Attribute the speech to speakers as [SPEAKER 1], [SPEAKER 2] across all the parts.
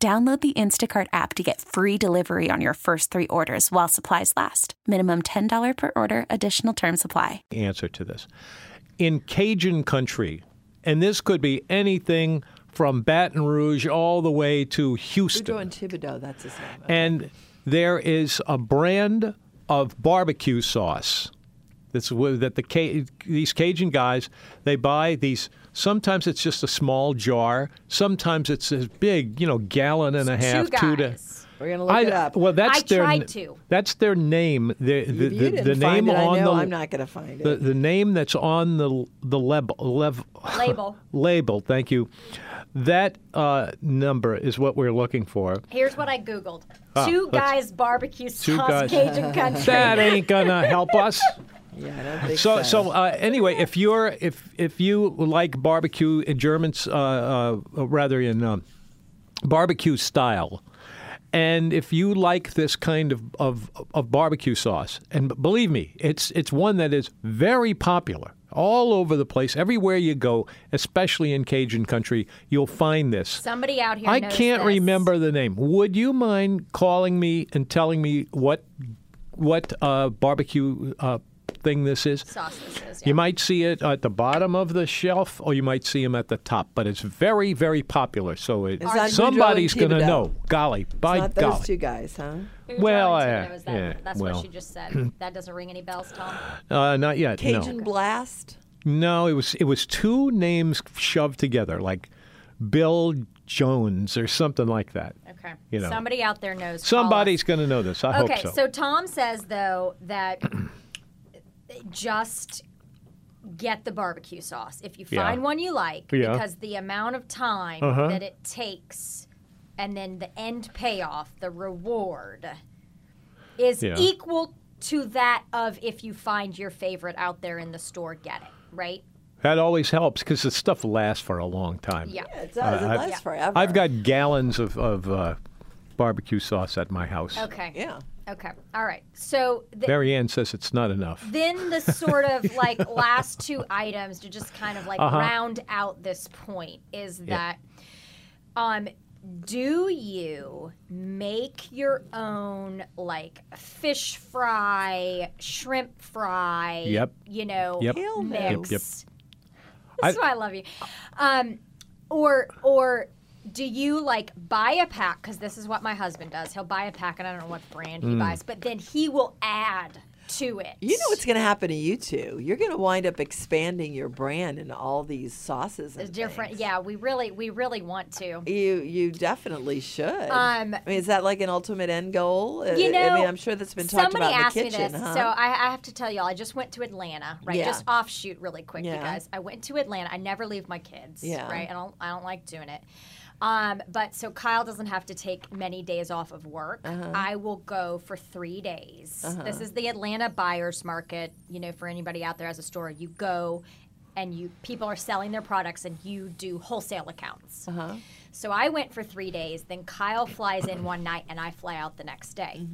[SPEAKER 1] Download the Instacart app to get free delivery on your first three orders while supplies last. Minimum $10 per order, additional term supply.
[SPEAKER 2] answer to this. In Cajun country, and this could be anything from Baton Rouge all the way to
[SPEAKER 3] Boudreaux
[SPEAKER 2] Houston,
[SPEAKER 3] and Thibodeau, that's his name.
[SPEAKER 2] and there is a brand of barbecue sauce. That's wh- that the Ca- these Cajun guys they buy these. Sometimes it's just a small jar. Sometimes it's a big, you know, gallon and a half. Two to
[SPEAKER 4] guys.
[SPEAKER 3] We're going to look
[SPEAKER 2] I-
[SPEAKER 3] it up.
[SPEAKER 2] Well, that's
[SPEAKER 4] I
[SPEAKER 2] their
[SPEAKER 4] tried to.
[SPEAKER 2] that's their name. The, the,
[SPEAKER 3] if you
[SPEAKER 2] the,
[SPEAKER 3] didn't
[SPEAKER 2] the
[SPEAKER 3] find
[SPEAKER 2] name
[SPEAKER 3] it,
[SPEAKER 2] on
[SPEAKER 3] I know
[SPEAKER 2] the
[SPEAKER 3] I'm not going to find it.
[SPEAKER 2] the, the name that's on the the leb, lev,
[SPEAKER 4] Label.
[SPEAKER 2] label. Thank you. That uh, number is what we're looking for.
[SPEAKER 4] Here's what I googled:
[SPEAKER 2] Ah,
[SPEAKER 4] two
[SPEAKER 2] let's-
[SPEAKER 4] guys barbecue
[SPEAKER 2] Two
[SPEAKER 4] sauce
[SPEAKER 2] guys.
[SPEAKER 4] Cajun country.
[SPEAKER 2] That ain't gonna help us.
[SPEAKER 3] yeah, I don't think
[SPEAKER 2] So so uh, anyway, if you're if if you like barbecue in Germans, uh, uh, rather in um, barbecue style. And if you like this kind of, of, of barbecue sauce, and b- believe me, it's it's one that is very popular all over the place. Everywhere you go, especially in Cajun country, you'll find this.
[SPEAKER 4] Somebody out here.
[SPEAKER 2] I
[SPEAKER 4] knows
[SPEAKER 2] can't
[SPEAKER 4] this.
[SPEAKER 2] remember the name. Would you mind calling me and telling me what what uh, barbecue uh, thing this is?
[SPEAKER 4] sauce this is.
[SPEAKER 2] You might see it at the bottom of the shelf, or you might see them at the top. But it's very, very popular. So it,
[SPEAKER 3] It's on
[SPEAKER 2] somebody's
[SPEAKER 3] Boudreaux and
[SPEAKER 2] going to
[SPEAKER 3] Thibodeau.
[SPEAKER 2] know. Golly, by
[SPEAKER 3] not those
[SPEAKER 2] golly.
[SPEAKER 3] two guys, huh?
[SPEAKER 4] Boudreaux
[SPEAKER 2] well,
[SPEAKER 4] and
[SPEAKER 2] uh,
[SPEAKER 4] Thibodeau is that-
[SPEAKER 2] yeah,
[SPEAKER 4] that's
[SPEAKER 2] well.
[SPEAKER 4] what she just said. that doesn't ring any bells, Tom.
[SPEAKER 2] Uh, not yet.
[SPEAKER 3] Cajun
[SPEAKER 2] No,
[SPEAKER 3] Blast.
[SPEAKER 2] no. It was it was two names shoved together, like Bill Jones or something like that.
[SPEAKER 4] Okay.
[SPEAKER 2] You know.
[SPEAKER 4] Somebody out there knows. Call
[SPEAKER 2] Somebody's going to know this. I
[SPEAKER 4] us. Okay,
[SPEAKER 2] hope so.
[SPEAKER 4] so Tom says though that just get the barbecue sauce if you
[SPEAKER 2] Yeah.
[SPEAKER 4] find one you like
[SPEAKER 2] Yeah. Uh-huh.
[SPEAKER 4] because the amount of time that it takes and then the end payoff, the reward is
[SPEAKER 2] Yeah.
[SPEAKER 4] equal to that of if you find your favorite out there in the store, get it, right?
[SPEAKER 2] that always helps because the stuff lasts for a long time.
[SPEAKER 4] Yeah.
[SPEAKER 3] It does. it
[SPEAKER 2] I've-
[SPEAKER 3] lasts forever.
[SPEAKER 2] I've got gallons of, of uh, barbecue sauce at my house.
[SPEAKER 4] Okay.
[SPEAKER 3] Yeah.
[SPEAKER 4] Okay. All right. So the,
[SPEAKER 2] Mary Ann says it's not enough.
[SPEAKER 4] then the sort of like last two items to just kind of like
[SPEAKER 2] Uh-huh.
[SPEAKER 4] round out this point is that um do you make your own like fish fry, shrimp fry,
[SPEAKER 2] Yep.
[SPEAKER 4] you know,
[SPEAKER 2] Yep.
[SPEAKER 3] Hell no.
[SPEAKER 4] mix?
[SPEAKER 2] Yep.
[SPEAKER 4] That's why I love you. Um, or or do you like buy a pack? Because this is what my husband does. He'll buy a pack, and I don't know what brand
[SPEAKER 2] Mm.
[SPEAKER 4] he buys, but then he will add to it.
[SPEAKER 3] You know what's going to happen to you two. You're going to wind up expanding your brand in all these sauces. And
[SPEAKER 4] different.
[SPEAKER 3] things.
[SPEAKER 4] Yeah, we really we really want to.
[SPEAKER 3] You you definitely should.
[SPEAKER 4] Um,
[SPEAKER 3] I mean, is that like an ultimate end goal? Uh, I-
[SPEAKER 4] You know,
[SPEAKER 3] I mean, I'm sure that's been talked
[SPEAKER 4] Somebody
[SPEAKER 3] about in the
[SPEAKER 4] asked
[SPEAKER 3] kitchen,
[SPEAKER 4] me this,
[SPEAKER 3] huh?
[SPEAKER 4] so I, I have to tell y'all. I just went to Atlanta, right?
[SPEAKER 3] Yeah.
[SPEAKER 4] Just offshoot, really quick, you
[SPEAKER 3] Yeah.
[SPEAKER 4] guys. I went to Atlanta. I never leave my kids,
[SPEAKER 3] Yeah.
[SPEAKER 4] right? I don't, I don't like doing it. Um, but so Kyle doesn't have to take many days off of work.
[SPEAKER 3] Uh-huh.
[SPEAKER 4] I will go for three days. This is the Atlanta buyers market. You know, for anybody out there as a store, you go and you people are selling their products, and you do wholesale accounts.
[SPEAKER 3] Uh-huh.
[SPEAKER 4] So I went for three days. Then Kyle flies in one night, and I fly out the next day.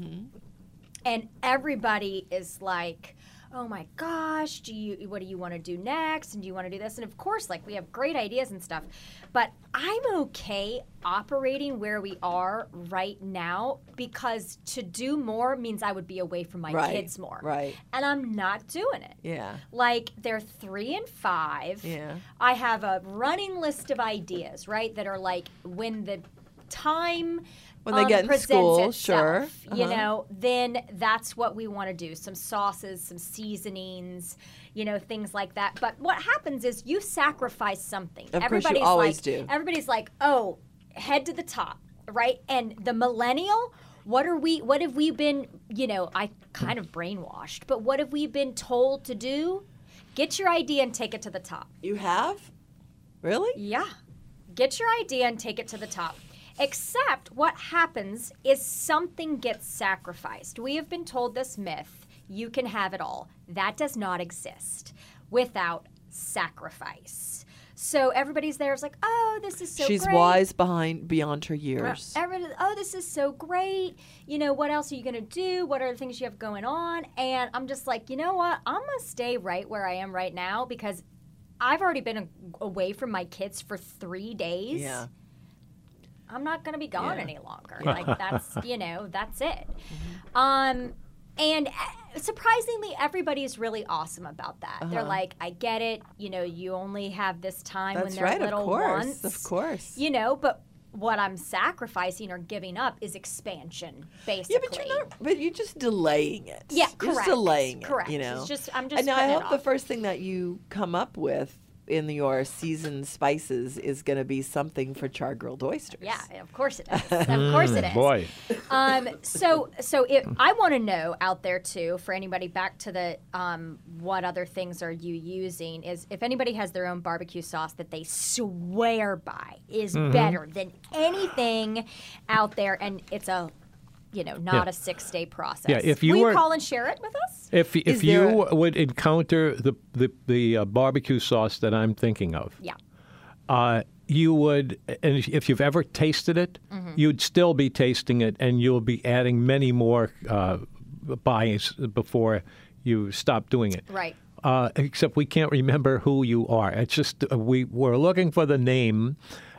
[SPEAKER 4] And everybody is like, "Oh my gosh, do you? What do you want to do next? And do you want to do this?" And of course, like we have great ideas and stuff, but I'm okay operating where we are right now because to do more means I would be away from my
[SPEAKER 3] Right,
[SPEAKER 4] kids more,
[SPEAKER 3] right.
[SPEAKER 4] And I'm not doing it.
[SPEAKER 3] yeah.
[SPEAKER 4] Like they're three and five.
[SPEAKER 3] Yeah.
[SPEAKER 4] I have a running list of ideas, right? That are like when the time
[SPEAKER 3] When they
[SPEAKER 4] um,
[SPEAKER 3] get in
[SPEAKER 4] presents
[SPEAKER 3] school,
[SPEAKER 4] itself,
[SPEAKER 3] sure.
[SPEAKER 4] You
[SPEAKER 3] Uh-huh.
[SPEAKER 4] know, then that's what we want to do: some sauces, some seasonings, you know, things like that. But what happens is you sacrifice something.
[SPEAKER 3] Of course you
[SPEAKER 4] everybody's
[SPEAKER 3] always
[SPEAKER 4] like,
[SPEAKER 3] do.
[SPEAKER 4] Everybody's like, oh, head to the top, right? And the millennial. What are we? What have we been? You know, I kind of brainwashed, but what have we been told to do? Get your idea and take it to the top.
[SPEAKER 3] You have? Really?
[SPEAKER 4] Yeah. Get your idea and take it to the top. Except what happens is something gets sacrificed. We have been told this myth you can have it all. That does not exist without sacrifice. So everybody's there is like, oh, this is so
[SPEAKER 3] She's
[SPEAKER 4] great.
[SPEAKER 3] wise behind beyond her years.
[SPEAKER 4] Everyone, oh, this is so great. You know, what else are you going to do? What are the things you have going on? And I'm just like, you know what? I'm going to stay right where I am right now because I've already been a- away from my kids for three days.
[SPEAKER 3] Yeah.
[SPEAKER 4] I'm not going to be gone
[SPEAKER 3] Yeah. Mm-hmm.
[SPEAKER 4] any longer. Like, that's, you know, that's it. Um, and uh, surprisingly, everybody's really awesome about that.
[SPEAKER 3] Uh-huh.
[SPEAKER 4] They're like, I get it. You know, you only have this time
[SPEAKER 3] That's
[SPEAKER 4] when they're
[SPEAKER 3] right, of
[SPEAKER 4] little
[SPEAKER 3] course.
[SPEAKER 4] once.
[SPEAKER 3] Of course.
[SPEAKER 4] You know, but what I'm sacrificing or giving up is expansion, basically.
[SPEAKER 3] yeah, but you're not. But you're just delaying it.
[SPEAKER 4] Yeah,
[SPEAKER 3] You're
[SPEAKER 4] correct.
[SPEAKER 3] Just delaying it.
[SPEAKER 4] Correct.
[SPEAKER 3] You
[SPEAKER 4] It's
[SPEAKER 3] know.
[SPEAKER 4] just- I'm just
[SPEAKER 3] And I
[SPEAKER 4] putting it
[SPEAKER 3] hope the
[SPEAKER 4] off.
[SPEAKER 3] first thing that you come up with in your seasoned spices is going to be something for char grilled oysters.
[SPEAKER 4] Yeah, of course it is. Of course it is.
[SPEAKER 2] Mm, Boy,
[SPEAKER 4] Um, so, so it, I want to know out there too for anybody back to the um, what other things are you using is if anybody has their own barbecue sauce that they swear by is
[SPEAKER 2] Mm-hmm.
[SPEAKER 4] better than anything out there, and it's a you know not
[SPEAKER 2] Yeah.
[SPEAKER 4] a six day process.
[SPEAKER 2] Yeah, if you
[SPEAKER 4] Will
[SPEAKER 2] were-
[SPEAKER 4] you call and share it with us.
[SPEAKER 2] if if
[SPEAKER 3] Is there
[SPEAKER 2] you would encounter the the, the uh, barbecue sauce that I'm thinking of,
[SPEAKER 4] Yeah.
[SPEAKER 2] uh, you would, and if- if you've ever tasted it,
[SPEAKER 4] Mm-hmm.
[SPEAKER 2] you'd still be tasting it, and you'll be adding many more uh, buys before you stop doing it.
[SPEAKER 4] Right.
[SPEAKER 2] Uh, except we can't remember who you are. It's just uh, we we're looking for the name.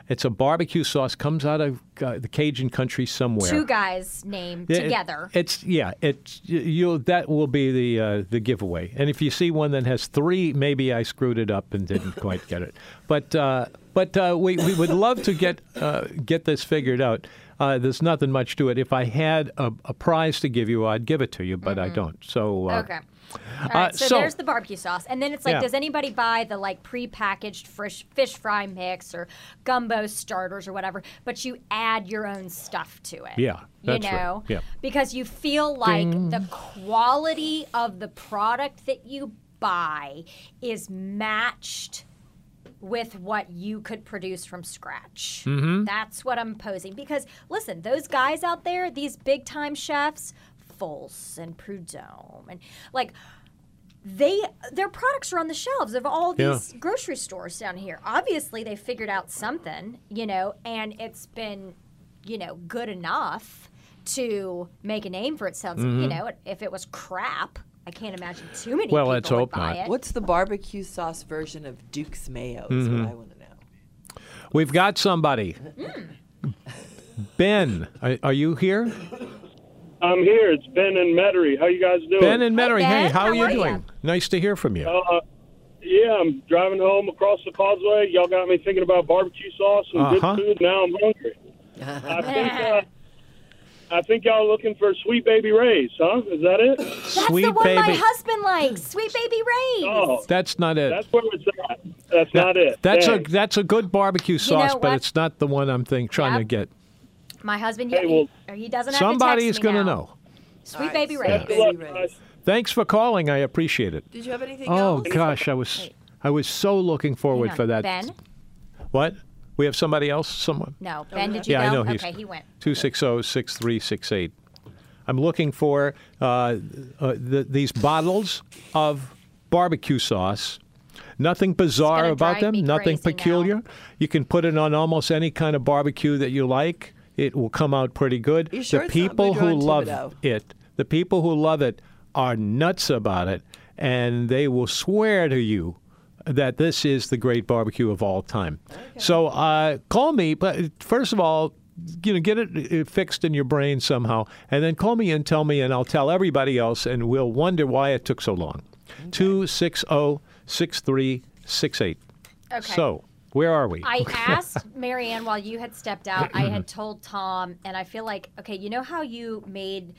[SPEAKER 2] It's a barbecue sauce comes out of uh, the Cajun country somewhere.
[SPEAKER 4] Two guys named
[SPEAKER 2] Yeah, it-
[SPEAKER 4] together.
[SPEAKER 2] it's yeah. It's y- you. That will be the uh, the giveaway. And if you see one that has three, maybe I screwed it up and didn't quite get it. But uh, but uh, we we would love to get uh, get this figured out. Uh, there's nothing much to it. If I had a, a prize to give you, I'd give it to you, but I don't. So uh,
[SPEAKER 4] Mm-hmm. Okay. All right, so,
[SPEAKER 2] so-
[SPEAKER 4] there's the barbecue sauce, and then it's like,
[SPEAKER 2] Yeah.
[SPEAKER 4] does anybody buy the like prepackaged fresh fish fry mix or gumbo starters or whatever? But you add your own stuff to it.
[SPEAKER 2] Yeah, that's
[SPEAKER 4] you
[SPEAKER 2] right.
[SPEAKER 4] know,
[SPEAKER 2] Yeah.
[SPEAKER 4] because you feel like the quality of the product that you buy is matched with what you could produce from scratch.
[SPEAKER 2] Mm-hmm.
[SPEAKER 4] That's what I'm posing. Because listen, those guys out there, these big time chefs, Fols and Prudhomme, and like they their products are on the shelves of all
[SPEAKER 2] Yeah.
[SPEAKER 4] these grocery stores down here. Obviously, they figured out something, you know, and it's been, you know, good enough to make a name for itself.
[SPEAKER 2] Mm-hmm.
[SPEAKER 4] You know, if it was crap, I can't imagine too many
[SPEAKER 2] Well,
[SPEAKER 4] people
[SPEAKER 2] let's
[SPEAKER 4] would
[SPEAKER 2] hope
[SPEAKER 4] buy
[SPEAKER 2] not.
[SPEAKER 4] it.
[SPEAKER 3] What's the barbecue sauce version of Duke's mayo? Is what I want to know.
[SPEAKER 2] we've got somebody.
[SPEAKER 4] Hmm.
[SPEAKER 2] Ben, are, are you here?
[SPEAKER 5] I'm here. It's Ben and Metairie. How you guys doing?
[SPEAKER 2] Ben and Metairie, hey,
[SPEAKER 4] Ben,
[SPEAKER 2] how,
[SPEAKER 4] how
[SPEAKER 2] are you
[SPEAKER 4] are ya?
[SPEAKER 2] doing? Nice to hear from you.
[SPEAKER 5] uh, yeah, I'm driving home across the causeway. Y'all got me thinking about barbecue sauce and
[SPEAKER 2] Uh-huh.
[SPEAKER 5] good food. Now I'm hungry. I think uh, I think y'all looking for Sweet Baby Ray's, huh? Is that it?
[SPEAKER 4] That's
[SPEAKER 2] Sweet
[SPEAKER 4] the one
[SPEAKER 2] baby.
[SPEAKER 4] my husband likes. Sweet baby Ray's.
[SPEAKER 5] Oh,
[SPEAKER 2] That's not it.
[SPEAKER 5] that's where it's at. That's not it.
[SPEAKER 2] That's
[SPEAKER 5] Dang.
[SPEAKER 2] a that's a good barbecue sauce, but
[SPEAKER 4] what?
[SPEAKER 2] it's not the one I'm think trying
[SPEAKER 4] Yep.
[SPEAKER 2] to get.
[SPEAKER 4] My husband,
[SPEAKER 5] Hey,
[SPEAKER 4] he-
[SPEAKER 5] well-
[SPEAKER 4] he doesn't have
[SPEAKER 2] Somebody's
[SPEAKER 4] to text me
[SPEAKER 2] gonna
[SPEAKER 4] now.
[SPEAKER 2] know.
[SPEAKER 4] Sweet
[SPEAKER 3] All right,
[SPEAKER 4] baby
[SPEAKER 3] so-
[SPEAKER 4] Ray's.
[SPEAKER 5] Good luck,
[SPEAKER 3] Baby Ray's.
[SPEAKER 5] guys.
[SPEAKER 2] Thanks for calling. I appreciate it.
[SPEAKER 3] Did you have anything
[SPEAKER 2] Oh
[SPEAKER 3] else?
[SPEAKER 2] gosh, I was I was so looking
[SPEAKER 4] Hang
[SPEAKER 2] forward
[SPEAKER 4] on.
[SPEAKER 2] for that.
[SPEAKER 4] Ben?
[SPEAKER 2] What? We have somebody else? Someone?
[SPEAKER 4] No. Ben, did you
[SPEAKER 2] Yeah, I
[SPEAKER 4] go?
[SPEAKER 2] know he's-
[SPEAKER 4] okay, he went.
[SPEAKER 2] Two six zero six three six eight. I'm looking for uh, uh, the, these bottles of barbecue sauce. Nothing bizarre
[SPEAKER 4] gonna
[SPEAKER 2] about
[SPEAKER 4] drive
[SPEAKER 2] them.
[SPEAKER 4] me
[SPEAKER 2] Nothing
[SPEAKER 4] crazy now.
[SPEAKER 2] peculiar. You can put it on almost any kind of barbecue that you like. It will come out pretty good.
[SPEAKER 3] You sure
[SPEAKER 2] the
[SPEAKER 3] it's not
[SPEAKER 2] people who
[SPEAKER 3] Boudreaux and
[SPEAKER 2] love
[SPEAKER 3] Thibodeau?
[SPEAKER 2] it, the people who love it, are nuts about it, and they will swear to you that this is the great barbecue of all time. So uh, call me, but first of all, you know, get it uh, fixed in your brain somehow, and then call me and tell me, and I'll tell everybody else, and we'll wonder why it took so long. Two six zero six three six eight.
[SPEAKER 4] Okay.
[SPEAKER 2] So where are we?
[SPEAKER 4] I asked Marianne while you had stepped out. I had told Tom, and I feel like okay, you know how you made.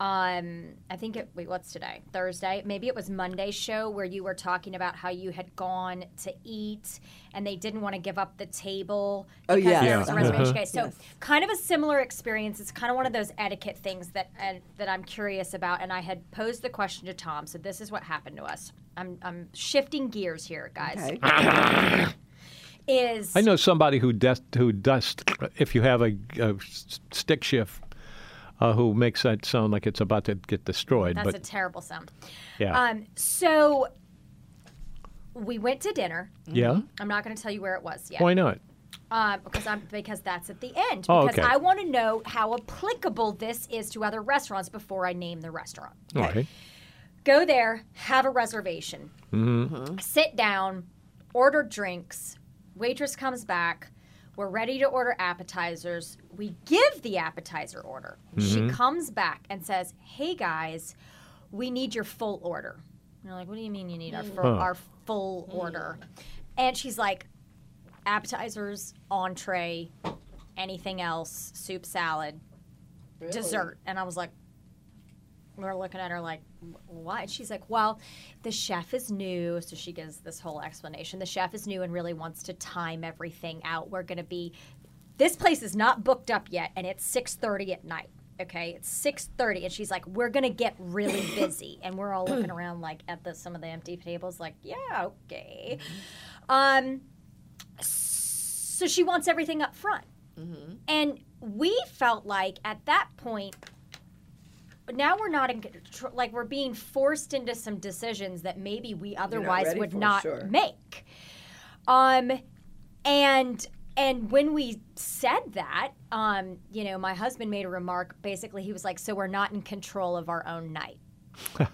[SPEAKER 4] Um, I think it. Wait, what's today? Thursday? Maybe it was Monday's show where you were talking about how you had gone to eat and they didn't want to give up the table.
[SPEAKER 3] Oh,
[SPEAKER 4] because
[SPEAKER 3] yes.
[SPEAKER 4] there was a
[SPEAKER 3] Yeah.
[SPEAKER 4] reservation guy. So
[SPEAKER 3] Yes.
[SPEAKER 4] kind of a similar experience. It's kind of one of those etiquette things that and that I'm curious about. And I had posed the question to Tom. So this is what happened to us. I'm I'm shifting gears here, guys
[SPEAKER 3] Okay.
[SPEAKER 4] is
[SPEAKER 2] I know somebody who dust who dust if you have a, a s- stick shift uh, who makes that sound like it's about to get destroyed.
[SPEAKER 4] that's
[SPEAKER 2] but
[SPEAKER 4] a terrible sound.
[SPEAKER 2] yeah,
[SPEAKER 4] Um, so we went to dinner.
[SPEAKER 2] yeah.
[SPEAKER 4] I'm not going to tell you where it was yet.
[SPEAKER 2] Why not?
[SPEAKER 4] Um, because I'm because that's at the end. Because
[SPEAKER 2] Oh, okay.
[SPEAKER 4] I want to know how applicable this is to other restaurants before I name the restaurant.
[SPEAKER 2] All right.
[SPEAKER 4] Go there, have a reservation, sit down, order drinks. Waitress comes back. We're ready to order appetizers. We give the appetizer order. She comes back and says, "Hey guys, we need your full order." And you're like, "What do you mean you need our full, our full order?" And she's like, appetizers, entree, anything else, soup, salad, dessert. And I was like, we're looking at her like, "Wh- why? And She's like, well, the chef is new. So she gives this whole explanation. The chef is new and really wants to time everything out. We're going to be, this place is not booked up yet and it's 6.30 at night. Okay, it's six thirty, and she's like, "We're gonna get really busy," and we're all looking around like at the some of the empty tables, like, "Yeah, okay."
[SPEAKER 3] Mm-hmm.
[SPEAKER 4] Um, so she wants everything up front.
[SPEAKER 3] Mm-hmm.
[SPEAKER 4] And we felt like at that point, now we're not in control, like we're being forced into some decisions that maybe we otherwise
[SPEAKER 3] ready
[SPEAKER 4] would
[SPEAKER 3] for,
[SPEAKER 4] not
[SPEAKER 3] sure.
[SPEAKER 4] make. Um, and and when we said that, um, you know, my husband made a remark. Basically, he was like, "So we're not in control of our own night."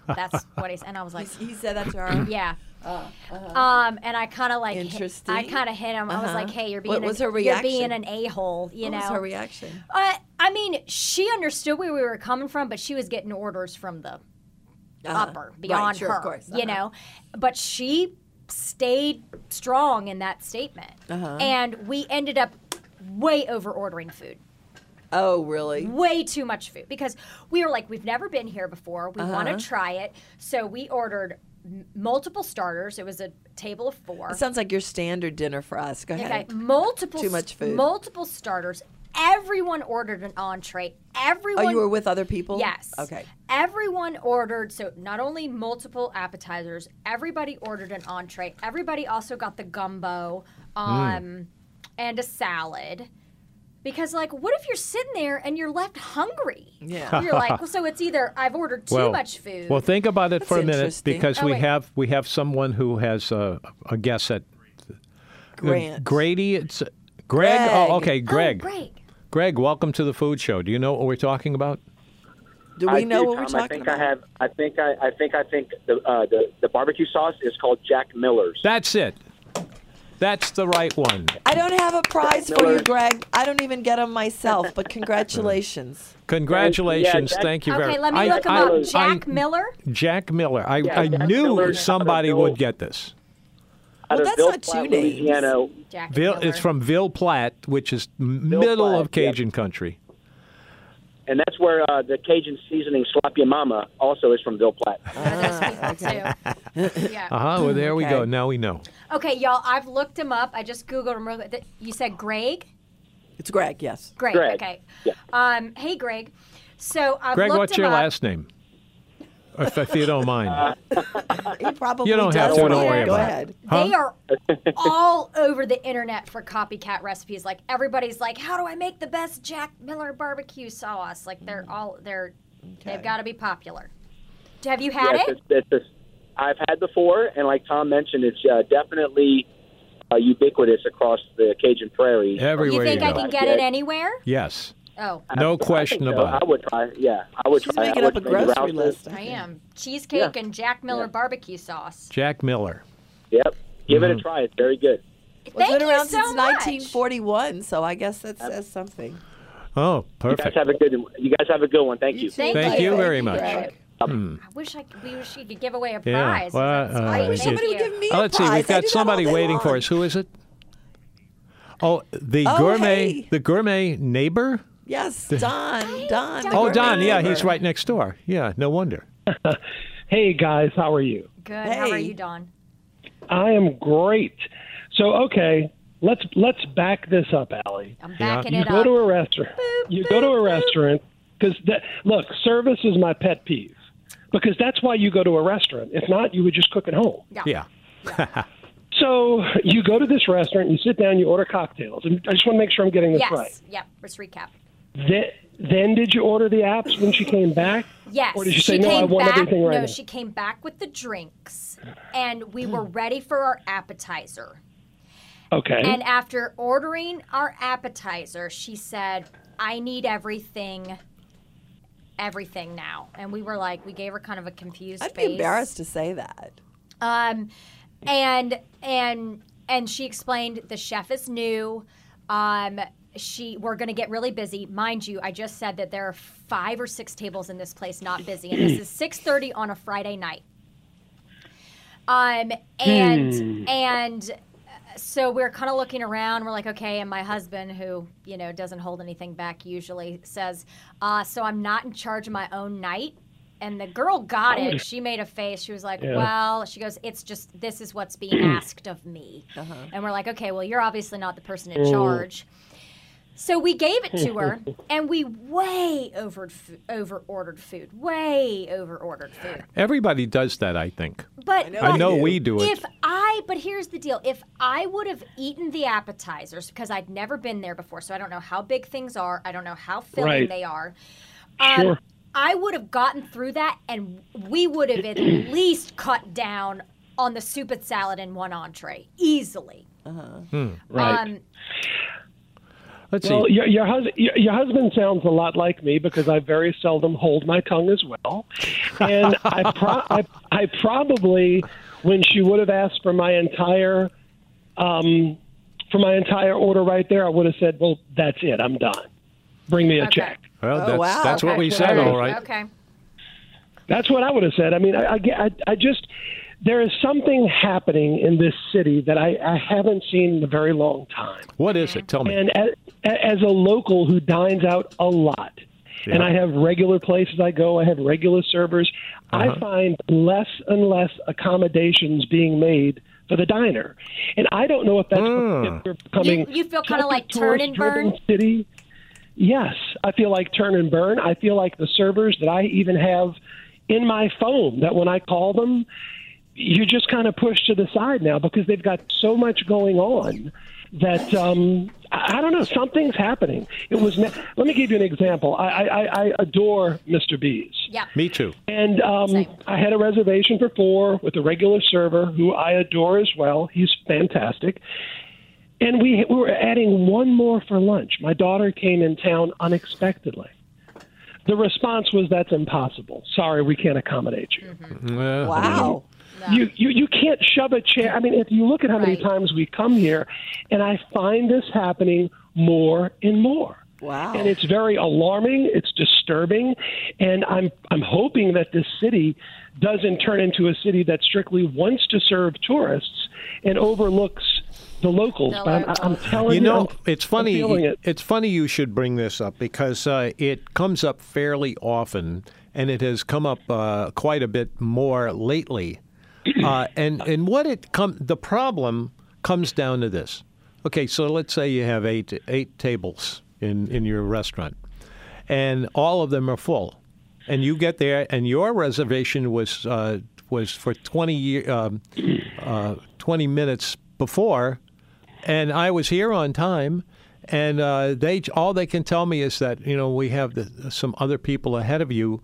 [SPEAKER 4] That's what he said, and I was like,
[SPEAKER 3] He said that to her.
[SPEAKER 4] yeah. Um, and I kind of like hit-
[SPEAKER 3] Uh, uh-huh. Interesting.
[SPEAKER 4] I kind of hit him. I was
[SPEAKER 3] Uh-huh.
[SPEAKER 4] like, "Hey, you're being
[SPEAKER 3] What
[SPEAKER 4] an,
[SPEAKER 3] was her
[SPEAKER 4] you're
[SPEAKER 3] reaction?
[SPEAKER 4] being an a hole," you
[SPEAKER 3] What
[SPEAKER 4] know.
[SPEAKER 3] was her reaction?
[SPEAKER 4] Uh, I mean, she understood where we were coming from, but she was getting orders from the upper beyond
[SPEAKER 3] Uh-huh. right, sure,
[SPEAKER 4] her,
[SPEAKER 3] Of course. uh-huh.
[SPEAKER 4] you know. But she stayed strong in that statement,
[SPEAKER 3] Uh-huh.
[SPEAKER 4] and we ended up way over ordering food
[SPEAKER 3] Oh, really?
[SPEAKER 4] way too much food because we were like, we've never been here before. We
[SPEAKER 3] Uh-huh.
[SPEAKER 4] want to try it. So we ordered m- multiple starters. It was a table of four.
[SPEAKER 3] It sounds like your standard dinner for us. Go
[SPEAKER 4] okay,
[SPEAKER 3] ahead.
[SPEAKER 4] multiple
[SPEAKER 3] Too
[SPEAKER 4] s-
[SPEAKER 3] much food.
[SPEAKER 4] Multiple starters. Everyone ordered an entree. Everyone
[SPEAKER 3] Oh, you were with other people?
[SPEAKER 4] Yes.
[SPEAKER 3] Okay.
[SPEAKER 4] Everyone ordered, so not only multiple appetizers, everybody ordered an entree. Everybody also got the gumbo um,
[SPEAKER 2] Mm.
[SPEAKER 4] and a salad. Because, like, what if you're sitting there and you're left hungry?
[SPEAKER 3] Yeah.
[SPEAKER 4] You're like, well, so it's either I've ordered too
[SPEAKER 2] well,
[SPEAKER 4] much food.
[SPEAKER 2] Well, think about it for a minute
[SPEAKER 3] interesting.
[SPEAKER 2] because
[SPEAKER 4] Oh,
[SPEAKER 2] we
[SPEAKER 4] wait.
[SPEAKER 2] have we have someone who has uh, a guess at uh,
[SPEAKER 3] Grant.
[SPEAKER 2] Grady. It's uh, Greg. Oh,
[SPEAKER 3] Greg.
[SPEAKER 2] okay,
[SPEAKER 4] Oh,
[SPEAKER 2] Greg.
[SPEAKER 4] Greg.
[SPEAKER 2] Greg, welcome to the food show. Do you know what we're talking about?
[SPEAKER 3] Do we
[SPEAKER 6] I
[SPEAKER 3] know
[SPEAKER 6] do,
[SPEAKER 3] what we're talking
[SPEAKER 6] Tom. I think
[SPEAKER 3] about?
[SPEAKER 6] I have. I think I. I think I think the uh, the the barbecue sauce is called Jack Miller's.
[SPEAKER 2] That's it. That's the right one.
[SPEAKER 3] I don't have a prize
[SPEAKER 6] No
[SPEAKER 3] for you,
[SPEAKER 6] worries.
[SPEAKER 3] Greg. I don't even get them myself, but congratulations.
[SPEAKER 2] Congratulations.
[SPEAKER 6] Yeah, Jack-
[SPEAKER 2] Thank you very
[SPEAKER 4] Okay,
[SPEAKER 2] much.
[SPEAKER 4] let me
[SPEAKER 2] I,
[SPEAKER 4] look him
[SPEAKER 2] I-
[SPEAKER 4] up. Jack
[SPEAKER 2] I-
[SPEAKER 4] Miller?
[SPEAKER 2] Jack Miller. I,
[SPEAKER 6] Yeah,
[SPEAKER 2] I
[SPEAKER 6] Jack
[SPEAKER 2] knew
[SPEAKER 6] Miller's
[SPEAKER 2] somebody
[SPEAKER 6] out of
[SPEAKER 2] would
[SPEAKER 6] Bill-
[SPEAKER 2] get this.
[SPEAKER 6] Out
[SPEAKER 3] Well,
[SPEAKER 6] of
[SPEAKER 3] that's
[SPEAKER 6] Ville
[SPEAKER 3] not two
[SPEAKER 6] Platte,
[SPEAKER 3] names.
[SPEAKER 6] Louisiana.
[SPEAKER 4] Jack
[SPEAKER 2] Ville,
[SPEAKER 4] Miller.
[SPEAKER 2] it's from Ville Platte, which is middle
[SPEAKER 6] Platte,
[SPEAKER 2] of Cajun country.
[SPEAKER 6] And that's where uh, the Cajun seasoning slap your mama also is from Ville Platte.
[SPEAKER 4] too. yeah.
[SPEAKER 2] Uh huh. Well, there we go.
[SPEAKER 3] Okay.
[SPEAKER 2] Now we know.
[SPEAKER 4] Okay, y'all, I've looked him up. I just Googled him real quick. You said Greg?
[SPEAKER 3] It's Greg, yes.
[SPEAKER 4] Greg.
[SPEAKER 6] Greg.
[SPEAKER 4] Okay.
[SPEAKER 6] Yeah.
[SPEAKER 4] Um, hey, Greg. So I've
[SPEAKER 2] Greg,
[SPEAKER 4] looked
[SPEAKER 2] what's
[SPEAKER 4] him
[SPEAKER 2] your
[SPEAKER 4] up.
[SPEAKER 2] last name? If, if you don't mind.
[SPEAKER 4] Uh,
[SPEAKER 3] He probably
[SPEAKER 2] You don't have
[SPEAKER 3] does
[SPEAKER 2] to,
[SPEAKER 3] know
[SPEAKER 2] don't
[SPEAKER 3] it.
[SPEAKER 2] worry
[SPEAKER 3] Go
[SPEAKER 2] about it.
[SPEAKER 3] ahead.
[SPEAKER 4] They are all over the internet for copycat recipes. Like everybody's like, "How do I make the best Jack Miller barbecue sauce?" Like they're
[SPEAKER 2] Mm.
[SPEAKER 4] all they're
[SPEAKER 3] Okay.
[SPEAKER 4] they've got to be popular. Have you had
[SPEAKER 6] Yes,
[SPEAKER 4] it?
[SPEAKER 6] it's, it's, it's, I've had before, and like Tom mentioned, it's uh, definitely uh, ubiquitous across the Cajun prairie.
[SPEAKER 2] Everywhere
[SPEAKER 4] you think
[SPEAKER 2] you
[SPEAKER 4] I
[SPEAKER 2] go.
[SPEAKER 4] can get it anywhere?
[SPEAKER 2] Yes.
[SPEAKER 4] Oh,
[SPEAKER 2] No
[SPEAKER 6] I
[SPEAKER 2] question
[SPEAKER 6] think so.
[SPEAKER 2] about
[SPEAKER 6] I
[SPEAKER 2] it.
[SPEAKER 6] would try. Yeah, I would
[SPEAKER 3] She's
[SPEAKER 6] try.
[SPEAKER 3] making
[SPEAKER 6] I
[SPEAKER 3] up
[SPEAKER 6] would
[SPEAKER 3] a
[SPEAKER 6] maybe
[SPEAKER 3] grocery
[SPEAKER 6] rouse this.
[SPEAKER 3] list. I
[SPEAKER 4] I
[SPEAKER 3] think.
[SPEAKER 4] am cheesecake and Jack Miller barbecue sauce.
[SPEAKER 2] Jack Miller.
[SPEAKER 6] Yep, give
[SPEAKER 3] Mm-hmm.
[SPEAKER 6] it a try. It's very good.
[SPEAKER 3] Well, it's
[SPEAKER 4] Thank
[SPEAKER 3] been
[SPEAKER 4] you
[SPEAKER 3] around
[SPEAKER 4] so
[SPEAKER 3] since
[SPEAKER 4] much.
[SPEAKER 3] 1941, so I guess that says something.
[SPEAKER 2] Oh,
[SPEAKER 6] You guys
[SPEAKER 2] perfect.
[SPEAKER 6] have a good. You guys have a good one. Thank you.
[SPEAKER 4] Thank,
[SPEAKER 2] Thank
[SPEAKER 4] you.
[SPEAKER 2] you very much.
[SPEAKER 3] Greg.
[SPEAKER 4] I wish I could, we wish you could give away a
[SPEAKER 2] Yeah,
[SPEAKER 4] prize.
[SPEAKER 2] well,
[SPEAKER 4] That's
[SPEAKER 2] uh,
[SPEAKER 4] great.
[SPEAKER 2] I
[SPEAKER 4] Thank
[SPEAKER 2] should-
[SPEAKER 3] Somebody would
[SPEAKER 4] you.
[SPEAKER 3] give me
[SPEAKER 2] Oh,
[SPEAKER 3] a
[SPEAKER 2] let's see. We've
[SPEAKER 3] prize. I do
[SPEAKER 2] got
[SPEAKER 3] that
[SPEAKER 2] somebody
[SPEAKER 3] all day
[SPEAKER 2] waiting for
[SPEAKER 3] long.
[SPEAKER 2] us. Who is it? Oh, the
[SPEAKER 3] Oh,
[SPEAKER 2] gourmet,
[SPEAKER 3] hey.
[SPEAKER 2] the gourmet neighbor.
[SPEAKER 3] Yes, Don. Don.
[SPEAKER 4] Don.
[SPEAKER 2] Oh,
[SPEAKER 3] Gourmet
[SPEAKER 2] Don. Yeah,
[SPEAKER 3] neighbor.
[SPEAKER 2] he's right next door. Yeah, no wonder.
[SPEAKER 7] Hey guys, how are you?
[SPEAKER 4] Good. How are
[SPEAKER 3] Hey.
[SPEAKER 4] you, Don?
[SPEAKER 7] I am great. So okay, let's let's back this up, Allie.
[SPEAKER 4] I'm backing
[SPEAKER 7] You
[SPEAKER 4] it
[SPEAKER 7] go
[SPEAKER 4] up.
[SPEAKER 7] to a restaurant. You go to a restaurant because look, service is my pet peeve because that's why you go to a restaurant. If not, you would just cook at home.
[SPEAKER 2] Yeah.
[SPEAKER 7] So you go to this restaurant, you sit down, you order cocktails. And I just want to make sure I'm getting this
[SPEAKER 4] yes.
[SPEAKER 7] right.
[SPEAKER 4] Yep. Let's recap.
[SPEAKER 7] Then, then did you order the apps when she came back?
[SPEAKER 4] Yes.
[SPEAKER 7] Or did you say,
[SPEAKER 4] she
[SPEAKER 7] no,
[SPEAKER 4] came
[SPEAKER 7] I want
[SPEAKER 4] back,
[SPEAKER 7] everything right
[SPEAKER 4] No,
[SPEAKER 7] now?
[SPEAKER 4] she came back with the drinks, and we
[SPEAKER 3] Mm.
[SPEAKER 4] were ready for our appetizer.
[SPEAKER 7] okay.
[SPEAKER 4] And after ordering our appetizer, she said, I need everything, everything now. And we were like, we gave her kind of a confused
[SPEAKER 3] I'd be
[SPEAKER 4] face.
[SPEAKER 3] embarrassed to say that.
[SPEAKER 4] Um, and and and she explained the chef is new. Um, she we're going to get really busy, mind you. I just said that there are five or six tables in this place not busy, and this is six thirty on a Friday night. Um, and and so we're kind of looking around. We're like, okay. And my husband, who you know doesn't hold anything back usually, says, uh, "So I'm not in charge of my own night." And the girl got it. She made a face. She was like, "Well," she goes, "It's just this is what's being asked of me." And we're like, "Okay, well, you're obviously not the person in charge." So we gave it to her, and we way over over ordered food, way over ordered food.
[SPEAKER 2] Everybody does that, I think.
[SPEAKER 4] But
[SPEAKER 2] I
[SPEAKER 4] but
[SPEAKER 2] know
[SPEAKER 3] do.
[SPEAKER 2] we do it.
[SPEAKER 4] if I, but here's the deal: if I would have eaten the appetizers because I'd never been there before, so I don't know how big things are, I don't know how filling
[SPEAKER 7] Right.
[SPEAKER 4] they are. Um,
[SPEAKER 7] Sure.
[SPEAKER 4] I would have gotten through that, and we would have at least cut down on the soup and salad and one entree easily.
[SPEAKER 2] Uh-huh. Hmm.
[SPEAKER 7] right.
[SPEAKER 4] Um,
[SPEAKER 2] Let's
[SPEAKER 7] well,
[SPEAKER 2] see.
[SPEAKER 7] your, your, hus- your, your husband sounds a lot like me because I very seldom hold my tongue as well. And I, pro- I, I probably, when she would have asked for my entire, um, for my entire order right there, I would have said, well, that's it. I'm done. Bring me a check.
[SPEAKER 2] Well, that's,
[SPEAKER 3] wow.
[SPEAKER 2] that's what
[SPEAKER 4] okay.
[SPEAKER 2] we said, all right.
[SPEAKER 4] Okay.
[SPEAKER 7] That's what I would have said. I mean, I, I, get- I, I just there is something happening in this city that I, I haven't seen in a very long time.
[SPEAKER 2] What is it? Tell me.
[SPEAKER 7] And as, as a local who dines out a lot, and I have regular places I go, I have regular servers. I find less and less accommodations being made for the diner, and I don't know if that's if they're becoming.
[SPEAKER 4] You- you feel kinda
[SPEAKER 7] such a
[SPEAKER 4] like turn and burn?
[SPEAKER 7] tourist-driven City. Yes, I feel like turn and burn. I feel like the servers that I even have in my phone that when I call them, you're just kind of pushed to the side now because they've got so much going on that um, I, I don't know. Something's happening. It was. Ne- Let me give you an example. I, I, I- I adore Mr. Bees.
[SPEAKER 4] Yeah.
[SPEAKER 2] Me too.
[SPEAKER 7] And um,
[SPEAKER 4] Same.
[SPEAKER 7] I had a reservation for four with a regular server who I adore as well. He's fantastic. And we, we were adding one more for lunch. My daughter came in town unexpectedly. The response was, "That's impossible. Sorry, we can't accommodate you."
[SPEAKER 4] Mm-hmm.
[SPEAKER 2] Uh,
[SPEAKER 3] Wow.
[SPEAKER 7] You, you you can't shove a chair. I mean, if you look at how many
[SPEAKER 4] Right.
[SPEAKER 7] times we come here, and I find this happening more and more.
[SPEAKER 3] Wow.
[SPEAKER 7] And it's very alarming. It's disturbing, and I'm I'm hoping that this city doesn't turn into a city that strictly wants to serve tourists and overlooks the locals.
[SPEAKER 4] The
[SPEAKER 7] but I'm, I'm
[SPEAKER 4] locals.
[SPEAKER 7] telling you,
[SPEAKER 2] You know,
[SPEAKER 7] I'm-
[SPEAKER 2] it's
[SPEAKER 7] I'm
[SPEAKER 2] funny.
[SPEAKER 7] feeling it.
[SPEAKER 2] It's funny you should bring this up because uh, it comes up fairly often, and it has come up uh, quite a bit more lately. Uh, and and what it com- the problem comes down to this. Okay, so let's say you have eight eight tables in in your restaurant, and all of them are full, and you get there, and your reservation was uh, was for twenty year, um, uh, twenty minutes before and I was here on time. And uh, they all they can tell me is that you know we have the, some other people ahead of you.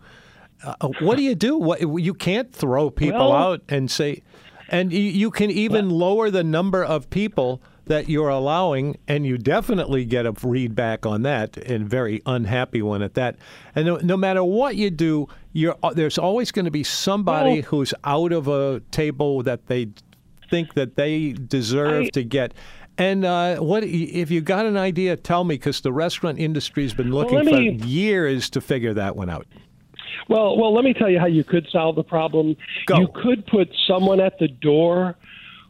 [SPEAKER 2] Uh, what do you do? What you can't throw people
[SPEAKER 7] Well-
[SPEAKER 2] out and say, and you, you can even lower the number of people that you're allowing, and you definitely get a read back on that, and very unhappy one at that. And no, no matter what you do, you're uh, there's always going to be somebody who's out of a table that they think that they deserve to get. And uh, what if you got an idea? Tell me, because the restaurant industry's been looking
[SPEAKER 7] let me-
[SPEAKER 2] for years to figure that one out.
[SPEAKER 7] Well, well, let me tell you how you could solve the problem.
[SPEAKER 2] Go.
[SPEAKER 7] You could put someone at the door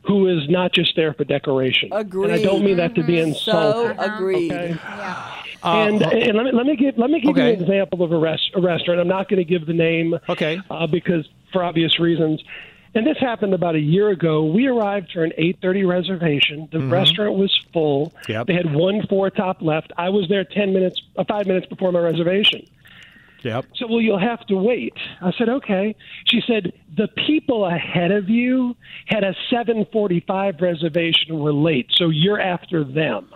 [SPEAKER 7] who is not just there for decoration. And I don't mean that to
[SPEAKER 4] Mm-hmm.
[SPEAKER 7] be
[SPEAKER 3] So
[SPEAKER 4] uh,
[SPEAKER 7] insulting.
[SPEAKER 3] agreed.
[SPEAKER 7] and and let me let me give let me give
[SPEAKER 2] Uh, okay.
[SPEAKER 7] you an example of a, rest, a restaurant. I'm not going to give the name.
[SPEAKER 2] Okay.
[SPEAKER 7] Uh, because for obvious reasons. And this happened about a year ago. We arrived for an 8:30 reservation. The restaurant was full.
[SPEAKER 2] Mm-hmm. Yep.
[SPEAKER 7] They had one four top left. I was there 10 minutes, uh, 5 minutes before my reservation.
[SPEAKER 2] Yep.
[SPEAKER 7] So, well, you'll have to wait. I said, okay. She said, the people ahead of you had a 745 reservation and were late, so you're after them.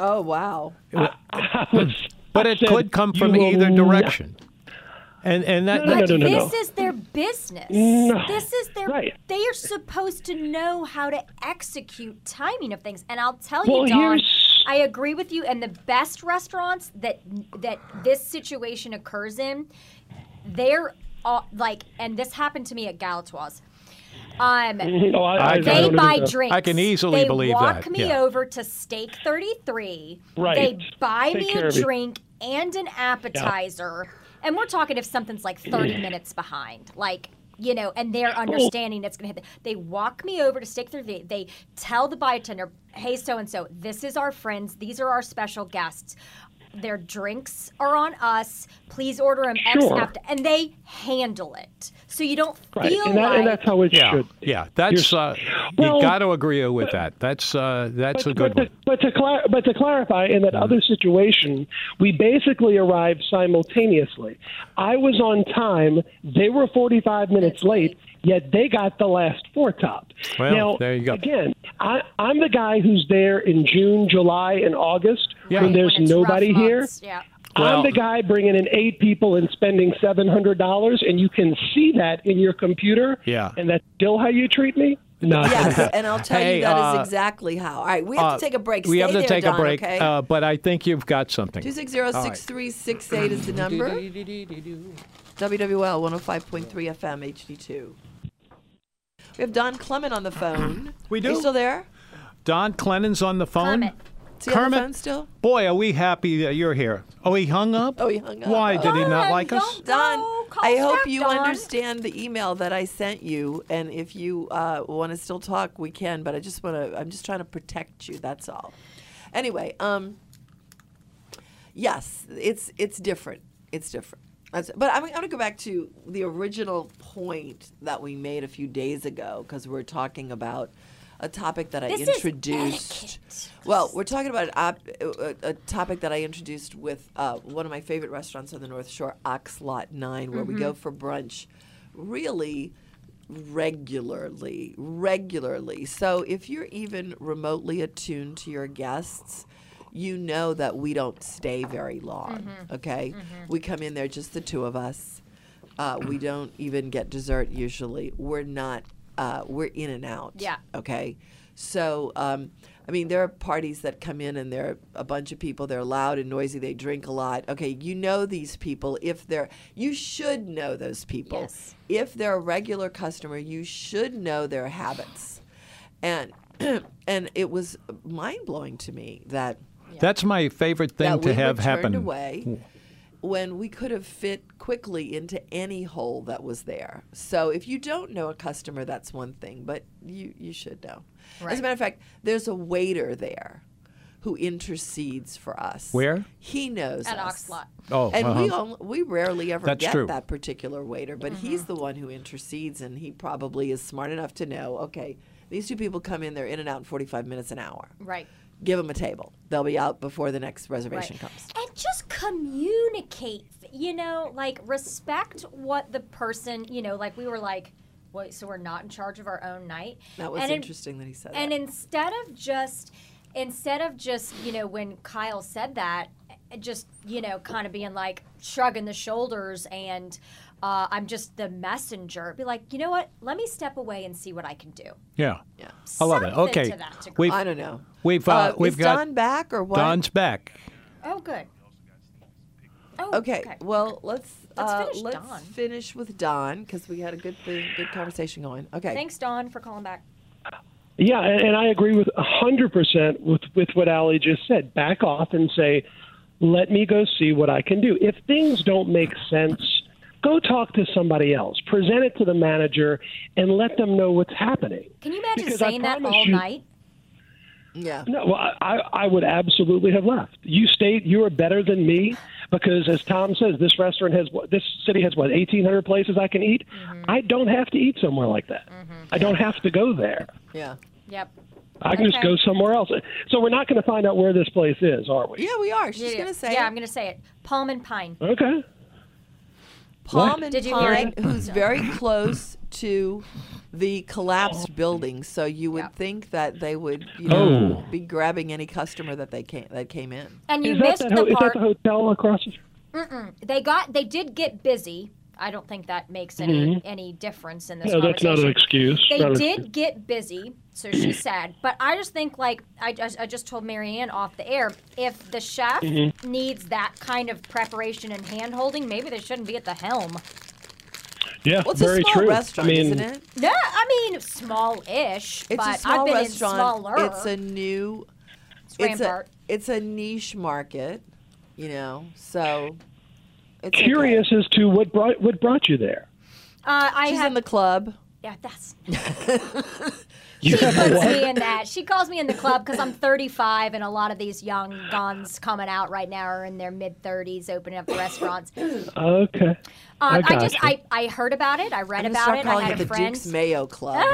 [SPEAKER 3] Oh wow.
[SPEAKER 7] I was-
[SPEAKER 2] Hmm. But
[SPEAKER 7] I
[SPEAKER 2] it
[SPEAKER 7] said,
[SPEAKER 2] could come
[SPEAKER 7] "You
[SPEAKER 2] from
[SPEAKER 7] will
[SPEAKER 2] either
[SPEAKER 7] not-
[SPEAKER 2] direction. And and that,
[SPEAKER 7] No, no,
[SPEAKER 4] But
[SPEAKER 7] no, no, no.
[SPEAKER 4] this is their business.
[SPEAKER 7] No.
[SPEAKER 4] This is their.
[SPEAKER 7] Right.
[SPEAKER 4] They are supposed to know how to execute timing of things. And I'll tell
[SPEAKER 7] Well,
[SPEAKER 4] you, Don,
[SPEAKER 7] here's-
[SPEAKER 4] I agree with you. And the best restaurants that that this situation occurs in, they're all, like, and this happened to me at Galatoire's. Um,
[SPEAKER 7] No, I, I, I
[SPEAKER 2] They
[SPEAKER 4] they
[SPEAKER 7] don't
[SPEAKER 4] buy
[SPEAKER 7] even know.
[SPEAKER 4] drinks.
[SPEAKER 2] I can easily
[SPEAKER 4] they
[SPEAKER 2] believe
[SPEAKER 4] walk
[SPEAKER 2] that,
[SPEAKER 4] me
[SPEAKER 2] yeah.
[SPEAKER 4] over to Steak 33.
[SPEAKER 7] Right.
[SPEAKER 4] They buy
[SPEAKER 7] Take
[SPEAKER 4] me
[SPEAKER 7] care
[SPEAKER 4] a
[SPEAKER 7] of you.
[SPEAKER 4] drink and an appetizer. And we're talking if something's like 30 minutes behind. Like, you know, and they're understanding it's going to hit. the- They walk me over to Steak 33. They tell the bartender, hey, so and so, this is our friends. These are our special guests. Their drinks are on us. Please order them
[SPEAKER 7] Sure.
[SPEAKER 4] X after. And they handle it. So you don't
[SPEAKER 7] Right.
[SPEAKER 4] feel
[SPEAKER 7] And, that,
[SPEAKER 4] like.
[SPEAKER 7] and that's how it
[SPEAKER 2] yeah,
[SPEAKER 7] should be.
[SPEAKER 2] yeah. That's
[SPEAKER 7] You're-
[SPEAKER 2] uh,
[SPEAKER 7] Well,
[SPEAKER 2] you got to agree with that. That's uh, that's a good
[SPEAKER 7] but
[SPEAKER 2] one.
[SPEAKER 7] To, but to clar- but to clarify, in that other
[SPEAKER 2] Mm-hmm.
[SPEAKER 7] situation, we basically arrived simultaneously. I was on time; they were forty-five minutes late. Yet they got the last four top.
[SPEAKER 2] Well,
[SPEAKER 7] now,
[SPEAKER 2] there you go.
[SPEAKER 7] Again, I, I'm the guy who's there in June, July, and August
[SPEAKER 2] Yeah.
[SPEAKER 7] when there's
[SPEAKER 4] when it's rough
[SPEAKER 7] nobody here.
[SPEAKER 4] months. Yeah.
[SPEAKER 2] Well-
[SPEAKER 7] I'm the guy bringing in eight people and spending seven hundred dollars, and you can see that in your computer.
[SPEAKER 2] Yeah.
[SPEAKER 7] and that's still how you treat me. No,
[SPEAKER 3] Yes, and I'll tell
[SPEAKER 2] Hey,
[SPEAKER 3] you that is
[SPEAKER 2] uh,
[SPEAKER 3] exactly how. All right, we have
[SPEAKER 2] Uh,
[SPEAKER 3] to take a break.
[SPEAKER 2] We
[SPEAKER 3] Stay
[SPEAKER 2] have to
[SPEAKER 3] there,
[SPEAKER 2] take
[SPEAKER 3] Don,
[SPEAKER 2] a break,
[SPEAKER 3] Okay?
[SPEAKER 2] uh, but I think you've got something.
[SPEAKER 3] 260-6368 is the number. WWL 105.3 FM HD2. We have Don Clement on the phone.
[SPEAKER 2] We
[SPEAKER 3] Are
[SPEAKER 2] do?
[SPEAKER 3] you still there?
[SPEAKER 2] Don Clennan's on the phone.
[SPEAKER 4] Kermit.
[SPEAKER 3] Is he on the
[SPEAKER 2] Kermit?
[SPEAKER 3] phone still?
[SPEAKER 2] Boy, are we happy that you're here. Oh, he hung up?
[SPEAKER 3] Oh, he hung up.
[SPEAKER 2] Why?
[SPEAKER 3] Oh.
[SPEAKER 2] Did he not
[SPEAKER 4] Don,
[SPEAKER 2] like us?
[SPEAKER 4] don't-
[SPEAKER 3] Don,
[SPEAKER 4] No, call
[SPEAKER 3] I
[SPEAKER 4] us
[SPEAKER 3] hope
[SPEAKER 4] back,
[SPEAKER 3] you
[SPEAKER 4] Don.
[SPEAKER 3] understand the email that I sent you, and if you uh, want to still talk, we can. But I just want to—I'm just trying to protect you. That's all. Anyway, um, yes, it's it's different. It's different. That's- But I'm, I'm going to go back to the original point that we made a few days ago because we're talking about a topic that I
[SPEAKER 4] This is
[SPEAKER 3] introduced.
[SPEAKER 4] etiquette.
[SPEAKER 3] Well, we're talking about an op- a, a topic that I introduced with uh, one of my favorite restaurants on the North Shore, Ox Lot 9, where we go for brunch really regularly. Regularly. So if you're even remotely attuned to your guests, you know that we don't stay very long, okay? We come in there just the two of us. Uh, we don't even get dessert usually. We're not, uh, we're in and out.
[SPEAKER 4] Yeah.
[SPEAKER 3] Okay. So, um, I mean, there are parties that come in and they're a bunch of people. They're loud and noisy. They drink a lot. Okay. You know these people. If they're, you should know those people.
[SPEAKER 4] Yes.
[SPEAKER 3] If they're a regular customer, you should know their habits. And, and it was mind blowing to me that
[SPEAKER 2] That's my favorite thing
[SPEAKER 3] that
[SPEAKER 2] to
[SPEAKER 3] we
[SPEAKER 2] have
[SPEAKER 3] were
[SPEAKER 2] happen.
[SPEAKER 3] turned away when we could have fit quickly into any hole that was there. So if you don't know a customer, that's one thing, but you you should know. As a
[SPEAKER 4] Right.
[SPEAKER 3] matter of fact, there's a waiter there who intercedes for us.
[SPEAKER 2] Where?
[SPEAKER 3] he knows
[SPEAKER 4] At
[SPEAKER 3] us.
[SPEAKER 4] Oxlot.
[SPEAKER 2] Oh,
[SPEAKER 3] and we
[SPEAKER 2] uh-huh.
[SPEAKER 3] only, we rarely ever
[SPEAKER 2] That's
[SPEAKER 3] get
[SPEAKER 2] true.
[SPEAKER 3] that particular waiter, but he's
[SPEAKER 4] Mm-hmm.
[SPEAKER 3] the one who intercedes, and he probably is smart enough to know. Okay, these two people come in; they're in and out in 45 minutes an hour
[SPEAKER 4] Right.
[SPEAKER 3] give them a table. They'll be out before the next
[SPEAKER 4] Right.
[SPEAKER 3] reservation comes.
[SPEAKER 4] And just communicate. You know, like respect what the person. You know, like we were like, wait, so we're not in charge of our own night.
[SPEAKER 3] That was
[SPEAKER 4] And in-
[SPEAKER 3] interesting that he said
[SPEAKER 4] and
[SPEAKER 3] that.
[SPEAKER 4] instead of just instead of just you know when kyle said that eh, just you know kind of being like shrugging the shoulders and uh, i'm just the messenger be like you know what let me step away and see what i can do
[SPEAKER 2] yeah.
[SPEAKER 3] Yeah.
[SPEAKER 2] I love it.
[SPEAKER 4] Something
[SPEAKER 2] Okay.
[SPEAKER 4] to that degree.
[SPEAKER 2] We've,
[SPEAKER 3] I don't know.
[SPEAKER 2] we've, uh,
[SPEAKER 3] Uh,
[SPEAKER 2] we've
[SPEAKER 3] is
[SPEAKER 2] got
[SPEAKER 3] Don back or what?
[SPEAKER 2] Don's back.
[SPEAKER 4] oh good oh
[SPEAKER 3] Okay. Well, let's
[SPEAKER 4] Let's
[SPEAKER 3] uh,
[SPEAKER 4] finish
[SPEAKER 3] let's
[SPEAKER 4] Don.
[SPEAKER 3] finish with Don because we had a good thing, good conversation going. Okay.
[SPEAKER 4] thanks don for calling back
[SPEAKER 7] Yeah, and, and I agree with 100% with, with what Ali just said. Back off and say, let me go see what I can do. If things don't make sense, go talk to somebody else. Present it to the manager and let them know what's happening.
[SPEAKER 4] can you imagine
[SPEAKER 7] Because I
[SPEAKER 4] saying that
[SPEAKER 7] promise
[SPEAKER 4] all
[SPEAKER 7] you-
[SPEAKER 4] night
[SPEAKER 3] Yeah.
[SPEAKER 7] No, well, I, I I would absolutely have left. You state you are better than me because, as Tom says, this restaurant has what- this city has what 1,800 places I can eat. I don't have to eat somewhere like that. I don't have to go there.
[SPEAKER 3] Yeah.
[SPEAKER 4] yep
[SPEAKER 7] I can just
[SPEAKER 4] Okay.
[SPEAKER 7] go somewhere else. So we're not going to find out where this place is, are we?
[SPEAKER 3] Yeah, we are. She's
[SPEAKER 4] yeah,
[SPEAKER 3] gonna say.
[SPEAKER 4] yeah
[SPEAKER 3] it.
[SPEAKER 4] i'm gonna say it palm and pine
[SPEAKER 7] Okay.
[SPEAKER 3] Palm and
[SPEAKER 4] Did you hear
[SPEAKER 3] Pine,
[SPEAKER 4] it?
[SPEAKER 3] who's very close to the
[SPEAKER 4] Oh.
[SPEAKER 3] collapsed building, so you would think that they would, you know, be grabbing any customer that they came that came in.
[SPEAKER 4] And you
[SPEAKER 7] is that,
[SPEAKER 4] missed
[SPEAKER 7] that
[SPEAKER 4] the
[SPEAKER 7] ho- is that
[SPEAKER 4] part.
[SPEAKER 7] the hotel across? The,
[SPEAKER 4] they got they did get busy. I don't think that makes any
[SPEAKER 7] Mm-hmm.
[SPEAKER 4] any difference in this
[SPEAKER 8] No, that's
[SPEAKER 4] conversation.
[SPEAKER 8] not an excuse.
[SPEAKER 4] They
[SPEAKER 8] Not an
[SPEAKER 4] did get busy, so she said. But I just think, like, I just, I just told Marianne off the air, if the chef
[SPEAKER 7] Mm-hmm.
[SPEAKER 4] needs that kind of preparation and hand holding, maybe they shouldn't be at the helm.
[SPEAKER 8] Yeah,
[SPEAKER 3] Well, it's
[SPEAKER 8] very
[SPEAKER 3] a small
[SPEAKER 8] true.
[SPEAKER 3] restaurant,
[SPEAKER 8] I mean,
[SPEAKER 3] isn't it?
[SPEAKER 4] No, I mean, small ish,
[SPEAKER 3] It's
[SPEAKER 4] but
[SPEAKER 3] a small
[SPEAKER 4] I've been in
[SPEAKER 3] restaurant.
[SPEAKER 4] smaller. Uh,
[SPEAKER 3] It's a new.
[SPEAKER 4] It's
[SPEAKER 3] It's a,
[SPEAKER 4] Rampart.
[SPEAKER 3] it's a niche market, you know. So, it's okay.
[SPEAKER 7] curious as to what brought what brought you there.
[SPEAKER 4] uh, I
[SPEAKER 3] She's
[SPEAKER 4] have,
[SPEAKER 3] in the club.
[SPEAKER 4] yeah, that's.
[SPEAKER 7] You have
[SPEAKER 4] puts
[SPEAKER 7] what?
[SPEAKER 4] me in that. She calls me in the club because I'm 35, and a lot of these young guns coming out right now are in their mid 30s, opening up the restaurants. Um,
[SPEAKER 7] Okay.
[SPEAKER 4] I,
[SPEAKER 7] gotcha.
[SPEAKER 4] just I, I heard about it. I read
[SPEAKER 3] I'm gonna
[SPEAKER 4] about
[SPEAKER 3] start
[SPEAKER 4] it. I
[SPEAKER 3] calling
[SPEAKER 4] had
[SPEAKER 3] it
[SPEAKER 4] a
[SPEAKER 3] the
[SPEAKER 4] friend. Ah,
[SPEAKER 3] Duke's Mayo Club.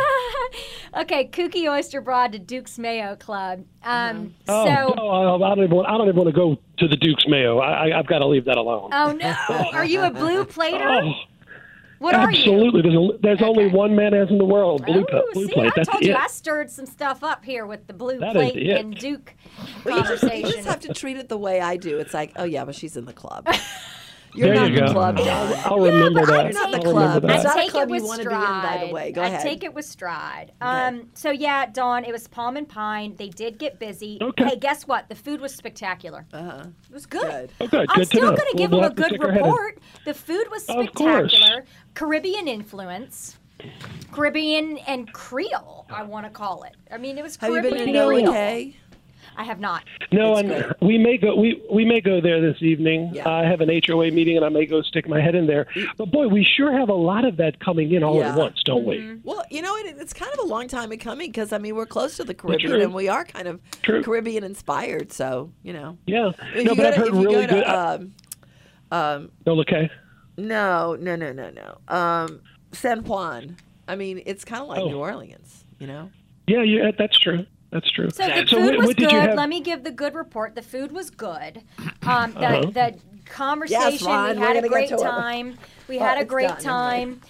[SPEAKER 4] okay, Kooky Oyster Broad to Duke's Mayo Club. Um,
[SPEAKER 3] Mm-hmm.
[SPEAKER 7] Oh,
[SPEAKER 4] So.
[SPEAKER 7] no, I, I don't even want, I don't even want to go to the Duke's Mayo. I, I, I've got to leave that alone.
[SPEAKER 4] Oh no! Are you a blue plater?
[SPEAKER 7] Oh,
[SPEAKER 4] what are you?
[SPEAKER 7] absolutely. There's, a, there's only one mayonnaise in the world, blue,
[SPEAKER 4] Oh,
[SPEAKER 7] Pe- blue
[SPEAKER 4] see,
[SPEAKER 7] plate.
[SPEAKER 4] I
[SPEAKER 7] That's
[SPEAKER 4] told
[SPEAKER 7] it.
[SPEAKER 4] you I stirred some stuff up here with the blue
[SPEAKER 7] That is
[SPEAKER 4] plate
[SPEAKER 7] it.
[SPEAKER 4] and Duke
[SPEAKER 3] You just
[SPEAKER 4] conversation.
[SPEAKER 3] have to treat it the way I do. It's like, oh yeah, but she's in the club. You're
[SPEAKER 7] There
[SPEAKER 3] not
[SPEAKER 7] you
[SPEAKER 3] the
[SPEAKER 7] go.
[SPEAKER 3] club.
[SPEAKER 7] I'll,
[SPEAKER 3] John.
[SPEAKER 7] I'll remember
[SPEAKER 4] but
[SPEAKER 7] that.
[SPEAKER 4] I'm not
[SPEAKER 3] the
[SPEAKER 7] I'll remember
[SPEAKER 3] club.
[SPEAKER 7] that.
[SPEAKER 3] It's not a
[SPEAKER 4] I take
[SPEAKER 3] club
[SPEAKER 4] it with
[SPEAKER 3] you wanna be in, by
[SPEAKER 4] stride.
[SPEAKER 3] the way. Go
[SPEAKER 4] I
[SPEAKER 3] ahead.
[SPEAKER 4] take it with stride. Um, so yeah, Dawn, it was Palm and Pine. They did get busy.
[SPEAKER 7] Okay.
[SPEAKER 4] Hey, guess what? The food was spectacular. Uh-huh. It was good.
[SPEAKER 3] Good.
[SPEAKER 7] Oh, good.
[SPEAKER 4] I'm
[SPEAKER 7] Good to
[SPEAKER 4] still
[SPEAKER 7] know.
[SPEAKER 4] gonna
[SPEAKER 7] We'll-
[SPEAKER 4] give
[SPEAKER 7] we'll
[SPEAKER 4] them
[SPEAKER 7] have
[SPEAKER 4] a
[SPEAKER 7] to
[SPEAKER 4] good
[SPEAKER 7] stick our head in.
[SPEAKER 4] report. The food was
[SPEAKER 7] Of course.
[SPEAKER 4] spectacular. Caribbean influence. Caribbean and Creole, I want to call it. I mean, it was
[SPEAKER 3] Have you
[SPEAKER 4] Caribbean
[SPEAKER 3] been in
[SPEAKER 4] and Creole.
[SPEAKER 3] LEK?
[SPEAKER 4] I have not.
[SPEAKER 7] No, and we may go. We we may go there this evening.
[SPEAKER 3] Yeah.
[SPEAKER 7] I have an HOA meeting, and I may go stick my head in there. But boy, we sure have a lot of that coming in all
[SPEAKER 3] Yeah.
[SPEAKER 7] at once, don't we?
[SPEAKER 3] Well, you know, it, it's kind of a long time in coming because I mean we're close to the Caribbean
[SPEAKER 7] True.
[SPEAKER 3] and we are kind of
[SPEAKER 7] True.
[SPEAKER 3] Caribbean inspired. So you know,
[SPEAKER 7] Yeah.
[SPEAKER 3] I mean,
[SPEAKER 7] no,
[SPEAKER 3] if
[SPEAKER 7] but
[SPEAKER 3] you go
[SPEAKER 7] I've
[SPEAKER 3] to,
[SPEAKER 7] heard
[SPEAKER 3] if you
[SPEAKER 7] really
[SPEAKER 3] go to,
[SPEAKER 7] good.
[SPEAKER 3] um,
[SPEAKER 7] no, okay.
[SPEAKER 3] no, no, no, no, no. Um, San Juan. I mean, it's kind of like
[SPEAKER 7] Oh.
[SPEAKER 3] New Orleans. You know,
[SPEAKER 7] Yeah, yeah, that's true. That's true.
[SPEAKER 4] So the
[SPEAKER 7] So
[SPEAKER 4] food
[SPEAKER 7] what-
[SPEAKER 4] was
[SPEAKER 7] what did
[SPEAKER 4] good.
[SPEAKER 7] you have-
[SPEAKER 4] Let me give the good report. The food was good.
[SPEAKER 7] Uh-huh.
[SPEAKER 4] Um, the, the conversation,
[SPEAKER 3] Yes, Ron,
[SPEAKER 4] we
[SPEAKER 3] we're
[SPEAKER 4] had
[SPEAKER 3] gonna
[SPEAKER 4] a
[SPEAKER 3] get
[SPEAKER 4] great
[SPEAKER 3] to it. Oh,
[SPEAKER 4] time. We had a
[SPEAKER 3] it's
[SPEAKER 4] great
[SPEAKER 3] done, I'm
[SPEAKER 4] time.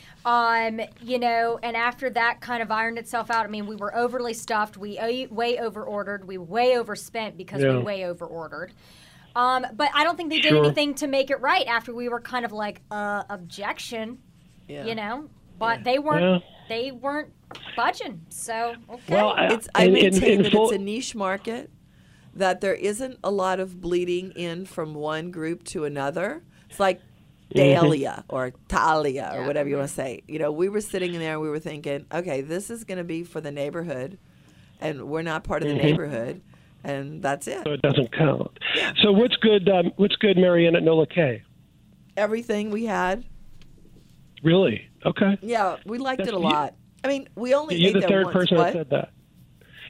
[SPEAKER 4] Um, you know, and after that kind of ironed itself out. I mean, we were overly stuffed. We o- way over ordered. We way overspent because
[SPEAKER 7] Yeah.
[SPEAKER 4] we way over ordered. Um, but I don't think they did
[SPEAKER 7] Sure.
[SPEAKER 4] anything to make it right after we were kind of like, uh, objection,
[SPEAKER 3] yeah.
[SPEAKER 4] you know? But they weren't, they weren't budging. So, okay.
[SPEAKER 7] Well, I-
[SPEAKER 3] It's I
[SPEAKER 7] in- in-
[SPEAKER 3] maintain
[SPEAKER 7] in
[SPEAKER 3] that
[SPEAKER 7] full-
[SPEAKER 3] it's a niche market, that there isn't a lot of bleeding in from one group to another. It's like
[SPEAKER 7] Mm-hmm.
[SPEAKER 3] Dahlia or Talia or whatever you want to say. You know, we were sitting in there and we were thinking, okay, this is going to be for the neighborhood, and we're not part of
[SPEAKER 7] Mm-hmm.
[SPEAKER 3] the neighborhood, and that's it.
[SPEAKER 7] So it doesn't count. So what's good? Um, what's good, Marianne at Nola K?
[SPEAKER 3] Everything we had,
[SPEAKER 7] Really? Okay.
[SPEAKER 3] yeah, we liked it a
[SPEAKER 7] You-
[SPEAKER 3] lot. I mean, we only
[SPEAKER 7] You're
[SPEAKER 3] ate
[SPEAKER 7] the
[SPEAKER 3] there
[SPEAKER 7] third
[SPEAKER 3] once.
[SPEAKER 7] person
[SPEAKER 3] What?
[SPEAKER 7] that said that.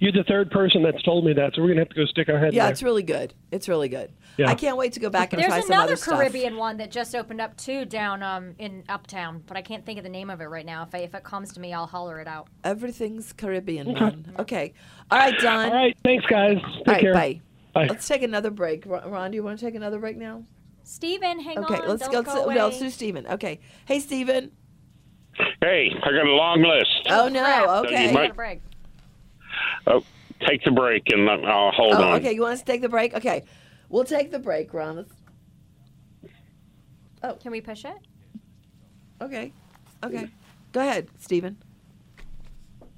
[SPEAKER 7] You're the third person that's told me that. So we're gonna have to go stick our head.
[SPEAKER 3] yeah,
[SPEAKER 7] there.
[SPEAKER 3] it's really good. It's really good.
[SPEAKER 7] Yeah.
[SPEAKER 3] I can't wait to go back and
[SPEAKER 4] There's
[SPEAKER 3] try
[SPEAKER 4] another
[SPEAKER 3] some other
[SPEAKER 4] Caribbean
[SPEAKER 3] stuff.
[SPEAKER 4] one that just opened up too down um, in Uptown, but I can't think of the name of it right now. If I, if it comes to me, I'll holler it out.
[SPEAKER 3] Everything's Caribbean,
[SPEAKER 4] Mm-hmm.
[SPEAKER 3] man. Okay. All right, Don.
[SPEAKER 7] All right. Thanks, guys. Take
[SPEAKER 3] All right,
[SPEAKER 7] care.
[SPEAKER 3] bye.
[SPEAKER 7] Bye.
[SPEAKER 3] Let's take another break. Ron, Ron, do you want to take another break now?
[SPEAKER 4] Steven, hang
[SPEAKER 3] Okay,
[SPEAKER 4] on.
[SPEAKER 3] let's
[SPEAKER 4] don't
[SPEAKER 3] go.
[SPEAKER 4] go.
[SPEAKER 3] to,
[SPEAKER 4] away.
[SPEAKER 3] no, let's do Steven. Okay. Hey, Steven.
[SPEAKER 8] Hey, I got a long list.
[SPEAKER 3] Oh, no.
[SPEAKER 4] crap.
[SPEAKER 8] you
[SPEAKER 3] Okay.
[SPEAKER 8] might-
[SPEAKER 4] Take a break.
[SPEAKER 8] Oh, take the break and let- I'll hold
[SPEAKER 3] Oh,
[SPEAKER 8] on.
[SPEAKER 3] okay. You want us to take the break? Okay. We'll take the break, Ron. Let's-
[SPEAKER 4] Can we push it?
[SPEAKER 3] Okay. Okay. Go ahead, Steven.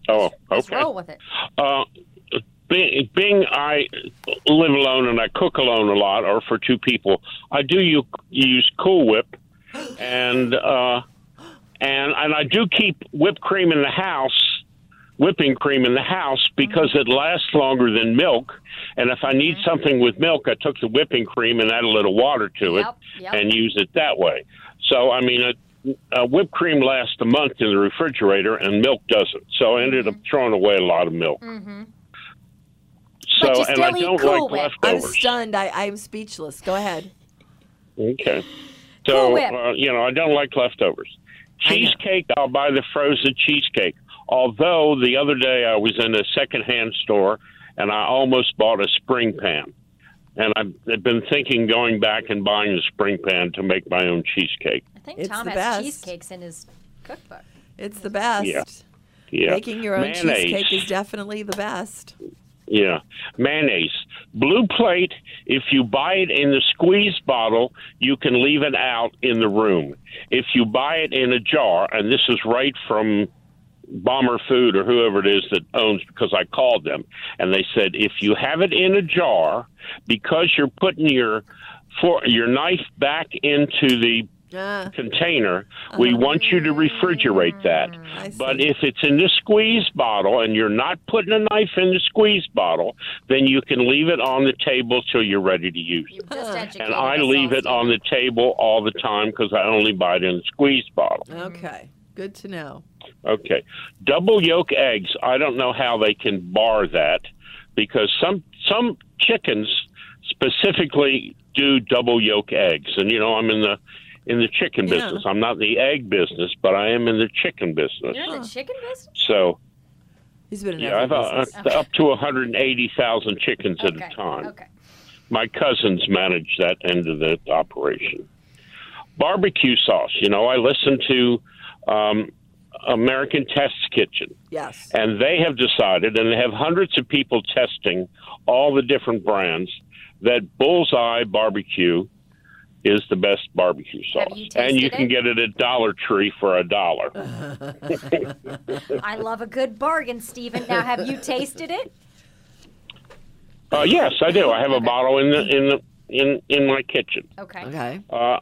[SPEAKER 8] Oh,
[SPEAKER 4] Let's
[SPEAKER 8] okay.
[SPEAKER 4] roll with it.
[SPEAKER 8] Uh, being, being I live alone and I cook alone a lot, or for two people, I do u- use Cool Whip, and uh, and and I do keep whipped cream in the house, whipping cream in the house because it lasts longer than milk. And if I need
[SPEAKER 4] Mm-hmm.
[SPEAKER 8] something with milk, I took the whipping cream and add a little water to it
[SPEAKER 4] Yep, yep.
[SPEAKER 8] and use it that way. So I mean, a, a whipped cream lasts a month in the refrigerator, and milk doesn't. So I ended
[SPEAKER 4] Mm-hmm.
[SPEAKER 8] up throwing away a lot of milk. So
[SPEAKER 4] But you
[SPEAKER 8] and I
[SPEAKER 4] still eat
[SPEAKER 8] don't
[SPEAKER 4] Cool
[SPEAKER 8] like
[SPEAKER 4] Whip.
[SPEAKER 3] I'm
[SPEAKER 8] leftovers.
[SPEAKER 3] stunned. I, I'm speechless. Go ahead.
[SPEAKER 8] Okay.
[SPEAKER 4] Cool
[SPEAKER 8] So
[SPEAKER 4] Whip.
[SPEAKER 8] uh, you know, I don't like leftovers. Cheesecake, I'll buy the frozen cheesecake. Although the other day I was in a secondhand store and I almost bought a spring pan. And I've I've been thinking going back and buying a spring pan to make my own cheesecake.
[SPEAKER 4] I think
[SPEAKER 3] It's
[SPEAKER 4] Tom
[SPEAKER 3] the
[SPEAKER 4] has
[SPEAKER 3] best.
[SPEAKER 4] cheesecakes in his cookbook.
[SPEAKER 3] It's the best.
[SPEAKER 8] Yeah. Yeah.
[SPEAKER 3] Making your own
[SPEAKER 8] Mayonnaise.
[SPEAKER 3] cheesecake is definitely the best.
[SPEAKER 8] Yeah, mayonnaise. Blue plate. If you buy it in the squeeze bottle, you can leave it out in the room. If you buy it in a jar, and this is right from Bomber Food or whoever it is that owns, because I called them, and they said if you have it in a jar, because you're putting your for your knife back into the
[SPEAKER 3] Ah,
[SPEAKER 8] container, we want you to refrigerate that.
[SPEAKER 3] Uh-huh. I
[SPEAKER 8] But
[SPEAKER 3] see.
[SPEAKER 8] if it's in the squeeze bottle and you're not putting a knife in the squeeze bottle, then you can leave it on the table till you're ready to use it.
[SPEAKER 4] You've just educated
[SPEAKER 8] And I
[SPEAKER 4] us
[SPEAKER 8] leave
[SPEAKER 4] all,
[SPEAKER 8] it on the table all the time because I only buy it in the squeeze bottle.
[SPEAKER 3] okay, good to know.
[SPEAKER 8] Okay. Double yolk eggs. I don't know how they can bar that because some some chickens specifically do double yolk eggs. And you know, I'm in the in the chicken
[SPEAKER 3] Yeah.
[SPEAKER 8] business. I'm not in the egg business, but I am in the chicken business.
[SPEAKER 4] Steve. You're in the chicken business?
[SPEAKER 8] So
[SPEAKER 3] He's been in
[SPEAKER 8] yeah, I've
[SPEAKER 3] every
[SPEAKER 8] uh,
[SPEAKER 3] business.
[SPEAKER 8] up to 180,000 chickens
[SPEAKER 4] Okay.
[SPEAKER 8] at a time.
[SPEAKER 4] Okay.
[SPEAKER 8] My cousins manage that end of the operation. Barbecue sauce. You know, I listen to um, American Test Kitchen
[SPEAKER 3] yes.
[SPEAKER 8] and they have decided, and they have hundreds of people testing all the different brands, that Bullseye Barbecue is the best barbecue
[SPEAKER 4] Have
[SPEAKER 8] sauce,
[SPEAKER 4] you tasted
[SPEAKER 8] and you can
[SPEAKER 4] it?
[SPEAKER 8] get it at Dollar Tree for a dollar.
[SPEAKER 4] I love a good bargain, Stephen. Now, have you tasted it?
[SPEAKER 8] Uh, yes, I do. I have a bottle in the in the in in my kitchen.
[SPEAKER 4] Okay.
[SPEAKER 3] Okay.
[SPEAKER 8] Uh,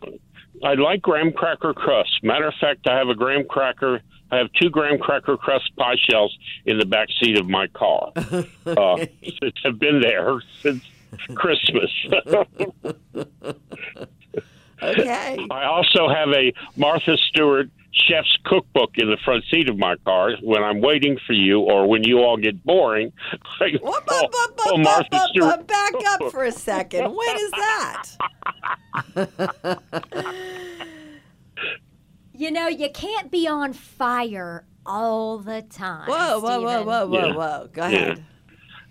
[SPEAKER 8] I like graham cracker crust. Matter of fact, I have a graham cracker. I have two graham cracker crust pie shells in the back seat of my car. Uh, since have been there since Christmas.
[SPEAKER 3] Okay.
[SPEAKER 8] I also have a Martha Stewart chef's cookbook in the front seat of my car when I'm waiting for you or when you all get boring. I can
[SPEAKER 3] Whoop,
[SPEAKER 8] pull-
[SPEAKER 3] up, up,
[SPEAKER 8] pull
[SPEAKER 3] up,
[SPEAKER 8] oh, Martha
[SPEAKER 3] up, up,
[SPEAKER 8] Stewart
[SPEAKER 3] up, back up for a second. When is that?
[SPEAKER 4] You know, you can't be on fire all the time.
[SPEAKER 3] Whoa, whoa, whoa,
[SPEAKER 4] Stephen.
[SPEAKER 3] whoa, whoa,
[SPEAKER 8] Yeah.
[SPEAKER 3] whoa. Go ahead.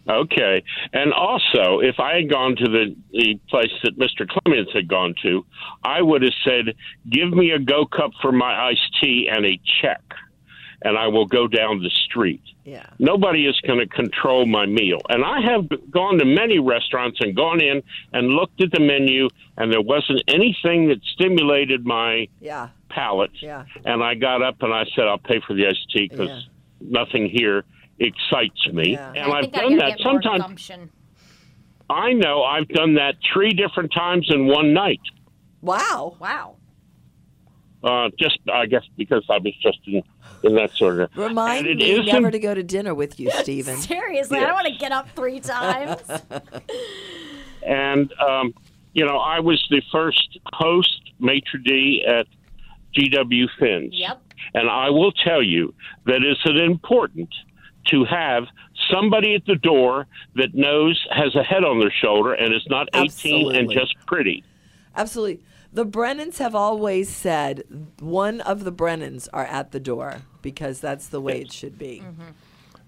[SPEAKER 8] Okay. And also, if I had gone to the, the place that Mr. Clements had gone to, I would have said, Give me a go cup for my iced tea and a check, and I will go down the street.
[SPEAKER 3] Yeah.
[SPEAKER 8] Nobody is going to control my meal. And I have gone to many restaurants and gone in and looked at the menu, and there wasn't anything that stimulated my
[SPEAKER 3] Yeah.
[SPEAKER 8] palate.
[SPEAKER 3] Yeah.
[SPEAKER 8] And I got up and I said, I'll pay for the iced tea because
[SPEAKER 3] Yeah.
[SPEAKER 8] nothing here excites me.
[SPEAKER 3] Yeah.
[SPEAKER 8] And
[SPEAKER 4] I
[SPEAKER 8] I've
[SPEAKER 4] think I
[SPEAKER 8] done
[SPEAKER 4] gotta
[SPEAKER 8] that.
[SPEAKER 4] get more
[SPEAKER 8] Sometimes
[SPEAKER 4] gumption.
[SPEAKER 8] I know I've done that three different times in one night.
[SPEAKER 3] Wow.
[SPEAKER 4] Wow.
[SPEAKER 8] Uh, just, I guess, because I was just in, in that sort of.
[SPEAKER 3] Remind
[SPEAKER 8] and it
[SPEAKER 3] me
[SPEAKER 8] isn't-
[SPEAKER 3] never to go to dinner with you, Stephen.
[SPEAKER 4] Seriously, I don't want to get up three times.
[SPEAKER 8] And, um, you know, I was the first host, maitre d' at GW Finn's.
[SPEAKER 4] yep.
[SPEAKER 8] And I will tell you that it's an important to have somebody at the door that knows has a head on their shoulder and is not 18 and
[SPEAKER 3] Absolutely.
[SPEAKER 8] just pretty.
[SPEAKER 3] Absolutely. The Brennans have always said one of the Brennans are at the door because that's the way it should be.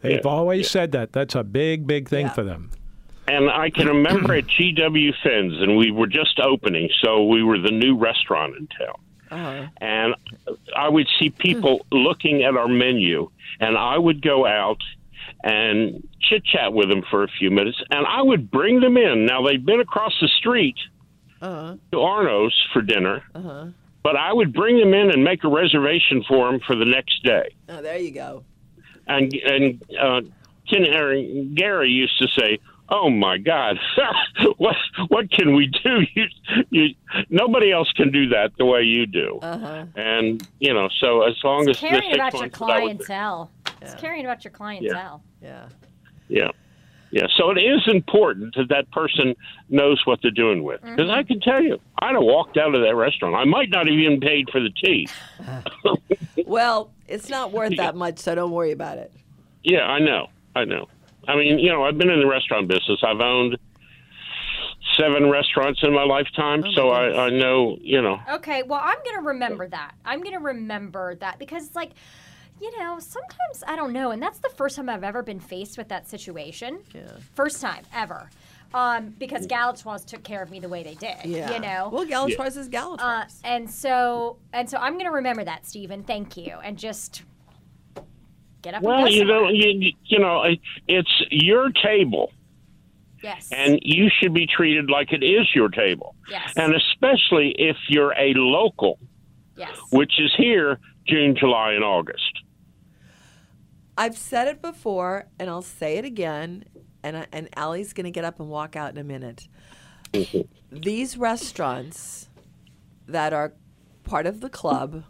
[SPEAKER 2] They've always said that. That's a big, big thing
[SPEAKER 3] Yeah.
[SPEAKER 2] for them.
[SPEAKER 8] And I can remember at GW Finn's, and we were just opening, so we were the new restaurant in town. And I would see people looking at our menu, and I would go out and chit chat with them for a few minutes, and I would bring them in. Now, they'd been across the street to Arno's for dinner, but I would bring them in and make a reservation for them for the next day
[SPEAKER 3] Oh, there you go.
[SPEAKER 8] and and uh, Ken or Gary used to say, "Oh my God, what what can we do? You, you nobody else can do that the way you do." And you know, so as long
[SPEAKER 4] It's
[SPEAKER 8] as the
[SPEAKER 4] Uh-huh. caring about your
[SPEAKER 8] six months that I was there-
[SPEAKER 4] clientele. It's caring about your clientele.
[SPEAKER 3] Yeah.
[SPEAKER 8] yeah, yeah. So it is important that that person knows what they're doing with,
[SPEAKER 4] Mm-hmm.
[SPEAKER 8] because I can tell you, I'd have walked out of that restaurant. I might not have even paid for the tea.
[SPEAKER 3] Well, it's not worth that much, so don't worry about it.
[SPEAKER 8] Yeah, I know. I know. I mean, you know, I've been in the restaurant business. I've owned seven restaurants in my lifetime, so I, I know, you know.
[SPEAKER 4] Okay, well, I'm going to remember that. I'm going to remember that because it's like, you know, sometimes I don't know. And that's the first time I've ever been faced with that situation. Yeah. First time ever. um,
[SPEAKER 8] Mm.
[SPEAKER 4] because Galatoire's took care of me the way they did.
[SPEAKER 3] Yeah.
[SPEAKER 4] You know.
[SPEAKER 3] Well, Galatoire's is
[SPEAKER 4] Uh,
[SPEAKER 3] Galatoire's.
[SPEAKER 4] and so and so I'm gonna remember that, Stephen. Thank you, and just get up. and
[SPEAKER 8] Well,
[SPEAKER 4] go
[SPEAKER 8] you
[SPEAKER 4] somewhere.
[SPEAKER 8] know, you, you know, it- it's your table,
[SPEAKER 4] Yes.
[SPEAKER 8] and you should be treated like it is your table.
[SPEAKER 4] Yes.
[SPEAKER 8] And especially if you're a local,
[SPEAKER 4] yes.
[SPEAKER 8] which is here June, July, and August.
[SPEAKER 3] I've said it before, and I'll say it again. And I, and Allie's going to get up and walk out in a minute. These restaurants that are part of the club,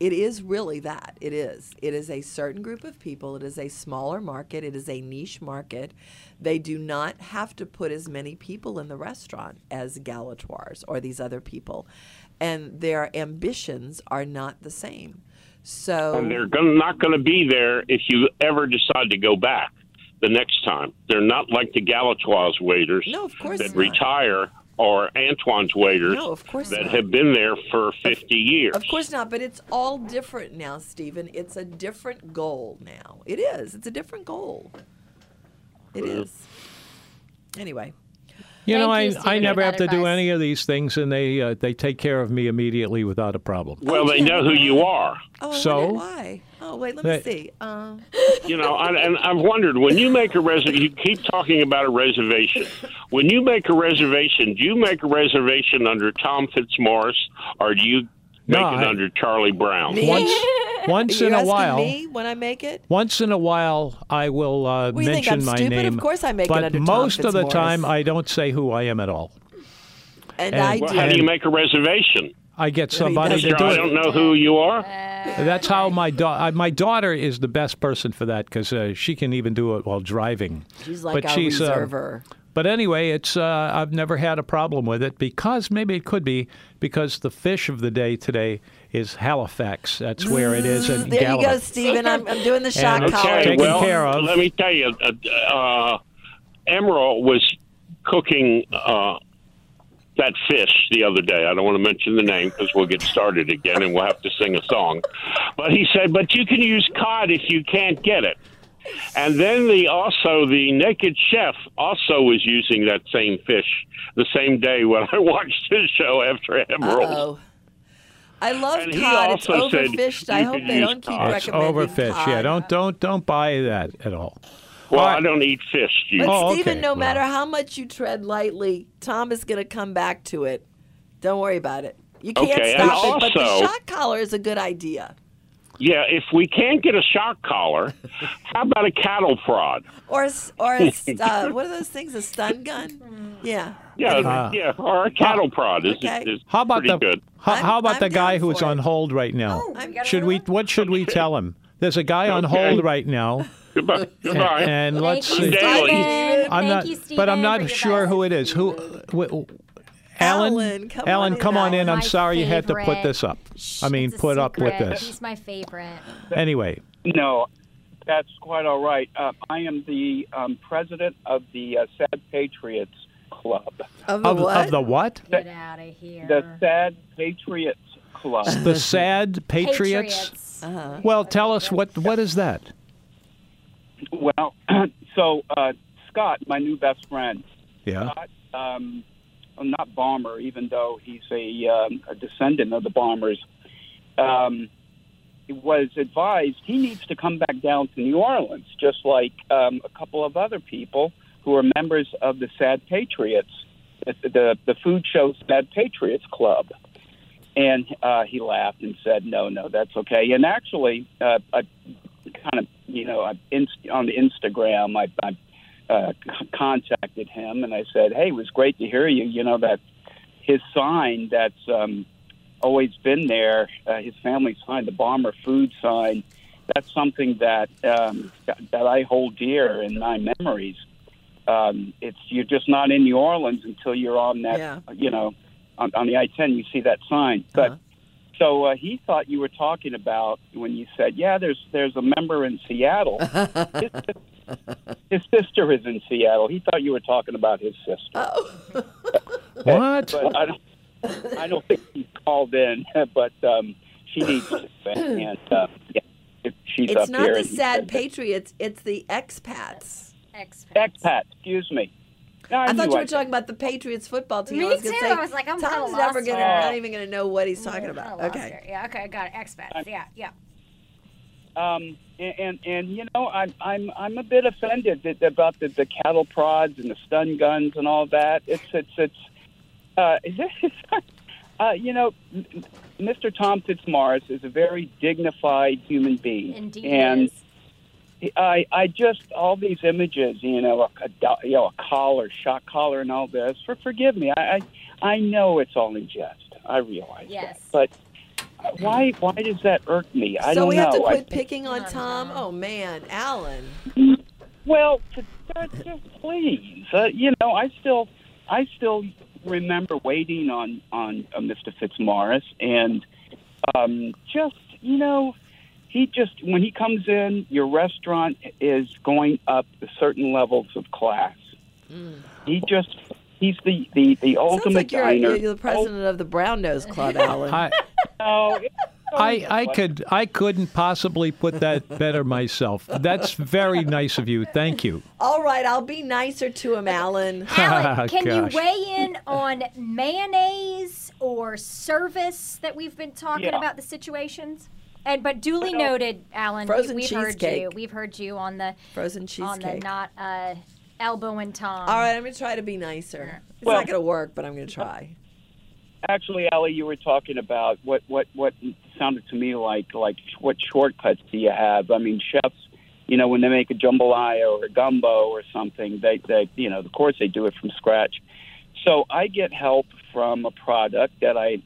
[SPEAKER 3] it is really that. It is. It is a certain group of people. It is a smaller market. It is a niche market. They do not have to put as many people in the restaurant as Galatoire's or these other people, and their ambitions are not the same. So
[SPEAKER 8] And they're gonna, not going to be there if you ever decide to go back the next time. They're not like the Galatoire's waiters
[SPEAKER 3] No, of course
[SPEAKER 8] that
[SPEAKER 3] not.
[SPEAKER 8] retire or Antoine's waiters
[SPEAKER 3] No, of course
[SPEAKER 8] that
[SPEAKER 3] not.
[SPEAKER 8] have been there for 50 years.
[SPEAKER 3] Of course not, but it's all different now, Stephen. It's a different goal now. It is. It's a different goal. It is. Anyway,
[SPEAKER 2] You know, I,
[SPEAKER 4] Thank you,
[SPEAKER 2] I
[SPEAKER 4] Stephen,
[SPEAKER 2] never
[SPEAKER 4] for
[SPEAKER 2] have
[SPEAKER 4] that
[SPEAKER 2] to do
[SPEAKER 4] advice.
[SPEAKER 2] any of these things, and they uh, they take care of me immediately without a problem.
[SPEAKER 8] Well, they know who you are.
[SPEAKER 3] oh, I wonder
[SPEAKER 2] So?
[SPEAKER 3] why? Oh, wait, let
[SPEAKER 2] That-
[SPEAKER 3] me see. Um,
[SPEAKER 8] You know, I, and I've wondered when you make a reservation, you keep talking about a reservation. When you make a reservation, do you make a reservation under Tom Fitzmaurice or do you make
[SPEAKER 2] No,
[SPEAKER 8] it
[SPEAKER 2] I-
[SPEAKER 8] under Charlie Brown?
[SPEAKER 2] Once once
[SPEAKER 3] you're
[SPEAKER 2] in a
[SPEAKER 3] asking
[SPEAKER 2] while.
[SPEAKER 3] me when I make it?
[SPEAKER 2] Once in a while, I will uh,
[SPEAKER 3] Well, you think
[SPEAKER 2] mention
[SPEAKER 3] I'm
[SPEAKER 2] my
[SPEAKER 3] stupid? Of
[SPEAKER 2] name.
[SPEAKER 3] course I make it
[SPEAKER 2] but
[SPEAKER 3] under Tom
[SPEAKER 2] most of the
[SPEAKER 3] Fitzmaurice.
[SPEAKER 2] time, I don't say who I am at all.
[SPEAKER 3] And,
[SPEAKER 2] And-
[SPEAKER 3] I
[SPEAKER 8] Well,
[SPEAKER 3] do.
[SPEAKER 8] how do you make a reservation?
[SPEAKER 2] I get somebody
[SPEAKER 3] doesn't.
[SPEAKER 2] to
[SPEAKER 8] Mister, I don't
[SPEAKER 2] do it.
[SPEAKER 8] know who you are.
[SPEAKER 2] That's how my da- uh, my daughter is the best person for that because uh, she can even do it while driving.
[SPEAKER 3] She's like
[SPEAKER 2] but
[SPEAKER 3] our
[SPEAKER 2] she's, uh,
[SPEAKER 3] reserver.
[SPEAKER 2] But anyway, it's uh, I've never had a problem with it because maybe it could be because the fish of the day today is Halifax. That's where it is in
[SPEAKER 3] Mm, there you go,
[SPEAKER 2] Gallup.
[SPEAKER 3] Stephen. I'm, I'm doing the shock
[SPEAKER 2] Okay,
[SPEAKER 3] collar.
[SPEAKER 8] Okay,
[SPEAKER 2] taken
[SPEAKER 8] well,
[SPEAKER 2] care of.
[SPEAKER 8] let me tell you, uh, uh, Emerald was cooking uh, that fish the other day. I don't want to mention the name because we'll get started again and we'll have to sing a song. But he said, "But you can use cod if you can't get it." And then the also the naked chef also was using that same fish the same day when I watched his show after Emerald.
[SPEAKER 3] Uh-oh. Oh. I love
[SPEAKER 8] And he
[SPEAKER 3] cod. It's
[SPEAKER 8] also said
[SPEAKER 3] overfished.
[SPEAKER 8] you
[SPEAKER 3] I hope
[SPEAKER 8] could
[SPEAKER 3] they
[SPEAKER 8] use
[SPEAKER 3] don't keep
[SPEAKER 8] cod.
[SPEAKER 2] It's
[SPEAKER 3] recommending
[SPEAKER 2] overfish.
[SPEAKER 3] Cod.
[SPEAKER 2] Yeah, don't don't don't buy that at all.
[SPEAKER 8] Well,
[SPEAKER 2] All right.
[SPEAKER 8] I don't eat fish. Do you?
[SPEAKER 3] But
[SPEAKER 2] Oh,
[SPEAKER 3] Stephen,
[SPEAKER 2] okay.
[SPEAKER 3] no
[SPEAKER 2] Well.
[SPEAKER 3] matter how much you tread lightly, Tom is going to come back to it. Don't worry about it. You can't
[SPEAKER 8] Okay, and
[SPEAKER 3] stop it, but the
[SPEAKER 8] also-
[SPEAKER 3] shock collar is a good idea.
[SPEAKER 8] Yeah, if we can't get a shock collar, how about a cattle prod?
[SPEAKER 3] Or a s- or a, st- uh, what are those things? A stun gun? Yeah.
[SPEAKER 8] Yeah, yeah, or a cattle prod is,
[SPEAKER 3] Okay.
[SPEAKER 8] is
[SPEAKER 2] Uh-huh. How about
[SPEAKER 8] pretty
[SPEAKER 2] the
[SPEAKER 8] good.
[SPEAKER 2] How,
[SPEAKER 3] I'm-
[SPEAKER 2] how about
[SPEAKER 3] I'm
[SPEAKER 2] the guy
[SPEAKER 3] down
[SPEAKER 2] who's
[SPEAKER 3] for
[SPEAKER 2] on
[SPEAKER 3] it. Oh,
[SPEAKER 2] hold right now?
[SPEAKER 4] we got
[SPEAKER 2] should we?
[SPEAKER 4] another
[SPEAKER 2] What should we tell him? There's a guy on
[SPEAKER 8] Okay.
[SPEAKER 2] hold right now,
[SPEAKER 8] Goodbye. Goodbye.
[SPEAKER 2] and let's
[SPEAKER 4] Thank you,
[SPEAKER 2] see.
[SPEAKER 8] Daily.
[SPEAKER 4] Stephen.
[SPEAKER 2] I'm
[SPEAKER 4] Thank
[SPEAKER 2] not,
[SPEAKER 4] you, Stephen,
[SPEAKER 2] but I'm
[SPEAKER 4] for
[SPEAKER 2] not
[SPEAKER 4] your
[SPEAKER 2] sure
[SPEAKER 4] advice.
[SPEAKER 2] who it is. Who? wh- wh- Alan,
[SPEAKER 3] Alan, come
[SPEAKER 2] Alan,
[SPEAKER 3] on
[SPEAKER 2] come
[SPEAKER 3] in,
[SPEAKER 2] on in. I'm
[SPEAKER 4] My
[SPEAKER 2] sorry you had to put
[SPEAKER 4] favorite.
[SPEAKER 2] this up.
[SPEAKER 4] Shh,
[SPEAKER 2] I mean,
[SPEAKER 4] it's a
[SPEAKER 2] put up with
[SPEAKER 4] secret.
[SPEAKER 2] this.
[SPEAKER 4] He's my favorite.
[SPEAKER 2] Anyway,
[SPEAKER 9] No, that's quite all right. Uh, I am the um, president of the uh, Sad Patriots Club.
[SPEAKER 3] Of the
[SPEAKER 2] of,
[SPEAKER 3] what?
[SPEAKER 2] of the what?
[SPEAKER 4] Get out of here.
[SPEAKER 9] The Sad Patriots Club.
[SPEAKER 2] The sad patriots.
[SPEAKER 3] uh-huh.
[SPEAKER 2] Well, tell us what what is that?
[SPEAKER 9] well, so uh, Scott, my new best friend,
[SPEAKER 2] Yeah.
[SPEAKER 9] Scott, um, well, not bomber, even though he's a, um, a descendant of the bombers, um, was advised he needs to come back down to New Orleans, just like um, a couple of other people who are members of the Sad Patriots, the the, the food show Sad Patriots Club. And uh, he laughed and said, "No, no, that's okay." And actually, uh, I kind of, you know, I inst- on the Instagram, I, I uh, c- contacted him and I said, "Hey, it was great to hear you. You know that his sign that's um, always been there, uh, his family sign, the bomber food sign. That's something that um, that, that I hold dear in my memories. Um, it's you're just not in New Orleans until you're on that,
[SPEAKER 3] Yeah.
[SPEAKER 9] you know, on, on the I-10. You see that sign, but."
[SPEAKER 3] Uh-huh.
[SPEAKER 9] So uh, he thought you were talking about when you said, "Yeah, there's there's a member in Seattle." his, his sister is in Seattle. He thought you were talking about his sister,
[SPEAKER 2] What?
[SPEAKER 9] but I don't. I don't think he called in, but um, she needs to. And uh, yeah, if she's
[SPEAKER 3] It's
[SPEAKER 9] up
[SPEAKER 3] not
[SPEAKER 9] here.
[SPEAKER 3] the
[SPEAKER 9] and he
[SPEAKER 3] sad
[SPEAKER 9] said that-
[SPEAKER 3] patriots. It's the expats.
[SPEAKER 4] Expats.
[SPEAKER 9] Expat, excuse me. No, I
[SPEAKER 3] I,
[SPEAKER 9] knew
[SPEAKER 3] thought you
[SPEAKER 9] I
[SPEAKER 3] were
[SPEAKER 9] did.
[SPEAKER 3] talking about the Patriots football team.
[SPEAKER 4] Me
[SPEAKER 3] I was gonna
[SPEAKER 4] too.
[SPEAKER 3] Say,
[SPEAKER 4] I was like, I'm kinda
[SPEAKER 3] Tom's
[SPEAKER 4] lost
[SPEAKER 3] never gonna,
[SPEAKER 4] here.
[SPEAKER 3] not even gonna know what he's talking about.
[SPEAKER 4] Kinda lost
[SPEAKER 3] Okay.
[SPEAKER 4] it. Yeah. Okay. Got it. Expats. Yeah. Yeah.
[SPEAKER 9] Um, and, and and you know, I'm I'm I'm a bit offended that, about the, the cattle prods and the stun guns and all that. It's it's it's. Uh, uh, you know, M- M- Mr. Tom Fitzmaurice is a very dignified human being,
[SPEAKER 4] Indeed.
[SPEAKER 9] and
[SPEAKER 4] it is.
[SPEAKER 9] I I just all these images, you know, a, a do- you know a collar, shot collar, and all this. For forgive me, I I, I know it's all in jest. I realize
[SPEAKER 4] Yes.
[SPEAKER 9] that, but why why does that irk me? I
[SPEAKER 3] so
[SPEAKER 9] don't
[SPEAKER 3] we
[SPEAKER 9] know.
[SPEAKER 3] have to
[SPEAKER 9] I-
[SPEAKER 3] quit picking on Tom. Oh man, Alan.
[SPEAKER 9] well, to, uh, just please, uh, you know, I still I still remember waiting on on uh, Mr. Fitzmaurice, and um, just you know, he just when he comes in, your restaurant is going up to certain levels of class. He just he's the the the
[SPEAKER 3] Sounds
[SPEAKER 9] ultimate
[SPEAKER 3] like you're,
[SPEAKER 9] diner.
[SPEAKER 3] you're the president of the Brown Nose Club, Alan.
[SPEAKER 2] I,
[SPEAKER 9] Oh, it's so
[SPEAKER 2] I, I could I couldn't possibly put that better myself. That's very nice of you. Thank you.
[SPEAKER 3] All right, I'll be nicer to him, Alan.
[SPEAKER 4] Alan, can
[SPEAKER 2] Gosh.
[SPEAKER 4] you weigh in on mayonnaise or service that we've been talking
[SPEAKER 9] Yeah.
[SPEAKER 4] about the situations? And but duly noted, Alan.
[SPEAKER 3] Frozen
[SPEAKER 4] we, have heard you.
[SPEAKER 3] cheesecake.
[SPEAKER 4] We've heard you on the
[SPEAKER 3] Frozen
[SPEAKER 4] on the
[SPEAKER 3] cheesecake.
[SPEAKER 4] not uh, elbow and tongue.
[SPEAKER 3] All right, I'm gonna try to be nicer. It's
[SPEAKER 9] Well-
[SPEAKER 3] not gonna work, but I'm gonna try.
[SPEAKER 9] actually, Ali, you were talking about what what what sounded to me like like what shortcuts do you have? I mean, chefs, you know, when they make a jambalaya or a gumbo or something, they they you know, of course, they do it from scratch. So I get help from a product that I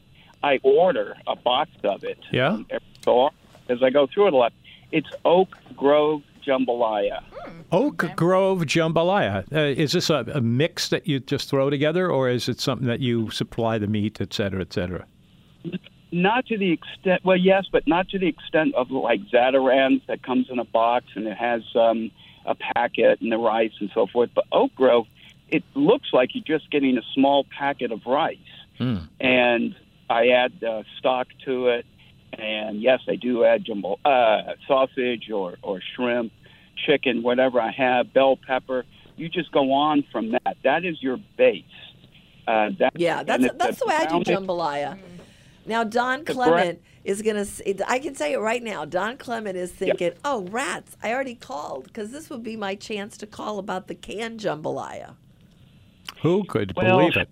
[SPEAKER 9] I order a box of it.
[SPEAKER 2] Yeah.
[SPEAKER 9] So often, as I go through it a lot, it's Oak Grove jambalaya.
[SPEAKER 2] Oak Grove jambalaya. Uh, is this a, a mix that you just throw together, or is it something that you supply the meat, et cetera, et cetera?
[SPEAKER 9] not to the extent well yes but not to the extent of like zatarans that comes in a box and it has um, a packet and the rice and so forth but oak grove it looks like you're just getting a small packet of rice and i add uh, stock to it and yes i do add jumbo uh, sausage or, or shrimp chicken whatever i have bell pepper you just go on from that that is your base uh, that,
[SPEAKER 3] Yeah,
[SPEAKER 9] and
[SPEAKER 3] that's
[SPEAKER 9] it's
[SPEAKER 3] that's
[SPEAKER 9] a
[SPEAKER 3] the way I do
[SPEAKER 9] rounded-
[SPEAKER 3] jambalaya. Now Don
[SPEAKER 9] The bra-
[SPEAKER 3] Clement is gonna. s- I can say it right now. Don Clement is thinking, "Oh rats! I already called because this would be my chance to call about the canned jambalaya."
[SPEAKER 2] Who could
[SPEAKER 9] Well-
[SPEAKER 2] believe it?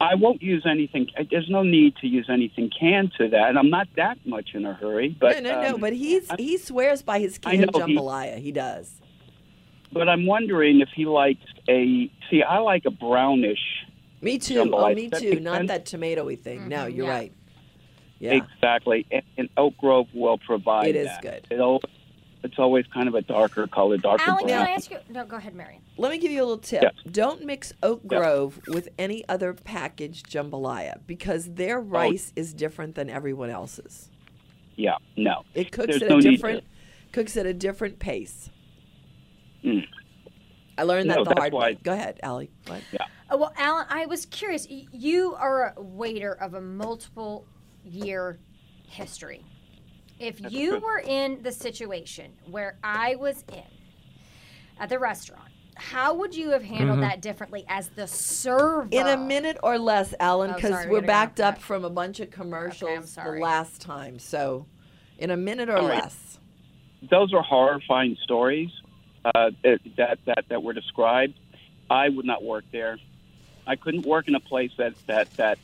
[SPEAKER 9] I won't use anything. uh, There's no need to use anything canned to that, and I'm not that much in a hurry. But
[SPEAKER 3] no, no, no.
[SPEAKER 9] um,
[SPEAKER 3] But he's
[SPEAKER 9] I-
[SPEAKER 3] he swears by his
[SPEAKER 9] I
[SPEAKER 3] canned
[SPEAKER 9] know he-
[SPEAKER 3] jambalaya. He does.
[SPEAKER 9] but I'm wondering if he likes a. See, I like a brownish.
[SPEAKER 3] Me too. Oh,
[SPEAKER 9] Jambalaya.
[SPEAKER 3] me
[SPEAKER 9] That
[SPEAKER 3] too.
[SPEAKER 9] makes
[SPEAKER 3] Not
[SPEAKER 9] sense.
[SPEAKER 3] that tomatoey thing. No,
[SPEAKER 4] Mm-hmm.
[SPEAKER 3] you're
[SPEAKER 4] yeah.
[SPEAKER 3] right. Yeah.
[SPEAKER 9] Exactly, and, and Oak Grove will provide.
[SPEAKER 3] It is
[SPEAKER 9] that.
[SPEAKER 3] good.
[SPEAKER 9] It'll, it's always kind of a darker color, darker
[SPEAKER 4] Alan,
[SPEAKER 9] brown.
[SPEAKER 4] can I ask you? No, go ahead, Marion.
[SPEAKER 3] Let me give you a little tip.
[SPEAKER 9] Yeah.
[SPEAKER 3] Don't mix Oak Grove with any other packaged jambalaya because
[SPEAKER 9] Oh.
[SPEAKER 3] their rice is different than everyone else's.
[SPEAKER 9] yeah, no.
[SPEAKER 3] It cooks
[SPEAKER 9] There's
[SPEAKER 3] at
[SPEAKER 9] no
[SPEAKER 3] a
[SPEAKER 9] need to-
[SPEAKER 3] different cooks at a different pace. I learned that
[SPEAKER 9] Mm. No,
[SPEAKER 3] the
[SPEAKER 9] that's
[SPEAKER 3] hard
[SPEAKER 9] why-
[SPEAKER 3] way. Go ahead, Allie. What?
[SPEAKER 4] Oh, well, Alan, I was curious. Y- You are a waiter of a multiple year history. If you
[SPEAKER 9] true.
[SPEAKER 4] were in the situation where I was in at the restaurant, how would you have
[SPEAKER 2] Mm-hmm.
[SPEAKER 4] handled that differently as the server?
[SPEAKER 3] In a minute or less, Alan,
[SPEAKER 4] Oh,
[SPEAKER 3] because
[SPEAKER 4] sorry, we
[SPEAKER 3] we're
[SPEAKER 4] gotta go.
[SPEAKER 3] backed up
[SPEAKER 4] Okay.
[SPEAKER 3] from a bunch of commercials the
[SPEAKER 4] sorry.
[SPEAKER 3] last time. So, in a minute or
[SPEAKER 9] right.
[SPEAKER 3] less.
[SPEAKER 9] those are horrifying stories uh, that, that that that were described. I would not work there. I couldn't work in a place that that that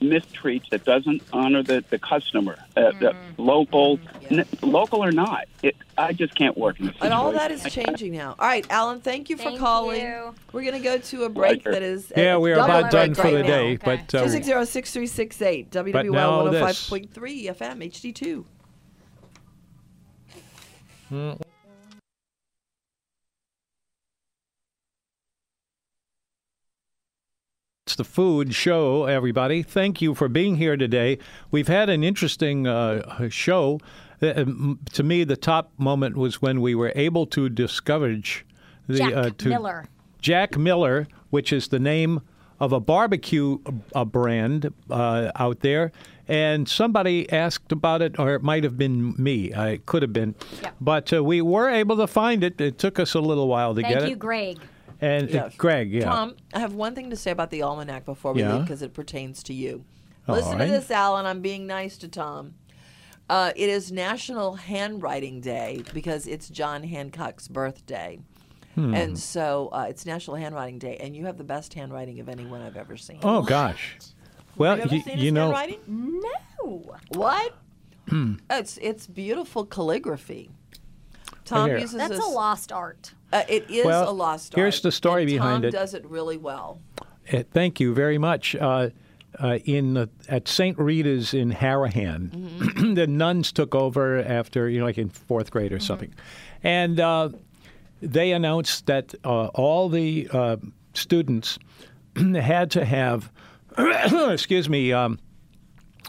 [SPEAKER 9] mistreats that doesn't honor the the customer, uh,
[SPEAKER 3] Mm-hmm.
[SPEAKER 9] the local, n- local or not. It, I just can't work in. This
[SPEAKER 3] And all that
[SPEAKER 9] situation.
[SPEAKER 3] is changing now. All right, Alan, thank you for
[SPEAKER 4] Thank
[SPEAKER 3] calling.
[SPEAKER 4] you.
[SPEAKER 3] We're going to go to a break
[SPEAKER 9] Pleasure.
[SPEAKER 3] that is.
[SPEAKER 2] Yeah, we are
[SPEAKER 3] double
[SPEAKER 2] about
[SPEAKER 3] break
[SPEAKER 2] done for
[SPEAKER 3] right
[SPEAKER 2] the
[SPEAKER 3] now.
[SPEAKER 2] day,
[SPEAKER 4] Okay.
[SPEAKER 2] but uh,
[SPEAKER 3] 260-6368,
[SPEAKER 2] But now
[SPEAKER 3] WWL
[SPEAKER 2] this.
[SPEAKER 3] 105.3 FM HD2.
[SPEAKER 2] It's the food show, everybody. Thank you for being here today. We've had an interesting uh, show. Uh, m- to me, the top moment was when we were able to discover j- the
[SPEAKER 4] Jack
[SPEAKER 2] uh, to-
[SPEAKER 4] Miller.
[SPEAKER 2] Jack Miller, which is the name of a barbecue uh, brand uh, out there. And somebody asked about it, or it might have been me. I it could have been,
[SPEAKER 4] Yeah.
[SPEAKER 2] but uh, we were able to find it. It took us a little while to
[SPEAKER 4] Thank
[SPEAKER 2] get
[SPEAKER 4] you,
[SPEAKER 2] it.
[SPEAKER 4] Greg.
[SPEAKER 2] And uh,
[SPEAKER 3] Yes.
[SPEAKER 2] Greg, yeah.
[SPEAKER 3] Tom, I have one thing to say about the almanac before we
[SPEAKER 2] Yeah?
[SPEAKER 3] leave because it pertains to you.
[SPEAKER 2] All
[SPEAKER 3] Listen
[SPEAKER 2] right.
[SPEAKER 3] to this, Alan. I'm being nice to Tom. Uh, it is National Handwriting Day because it's John Hancock's birthday.
[SPEAKER 2] Hmm.
[SPEAKER 3] And so uh, it's National Handwriting Day, and you have the best handwriting of anyone I've ever seen.
[SPEAKER 2] Oh gosh. Well,
[SPEAKER 3] Have you ever seen his
[SPEAKER 2] know, Hmm.
[SPEAKER 3] handwriting?
[SPEAKER 4] No.
[SPEAKER 3] What? it's it's beautiful calligraphy. Tom
[SPEAKER 2] Here.
[SPEAKER 3] uses
[SPEAKER 4] That's
[SPEAKER 3] this-
[SPEAKER 4] a lost art.
[SPEAKER 3] Uh, it is
[SPEAKER 2] Well,
[SPEAKER 3] a lost
[SPEAKER 2] here's
[SPEAKER 3] art,
[SPEAKER 2] the story
[SPEAKER 3] and
[SPEAKER 2] behind
[SPEAKER 3] Tom
[SPEAKER 2] it.
[SPEAKER 3] does it really well.
[SPEAKER 2] eh, thank you very much. Uh, uh, in the, at St. Rita's in Harahan, the nuns took over after you know, like in fourth grade or something, and uh, they announced that uh, all the uh, students had to have, excuse me, um,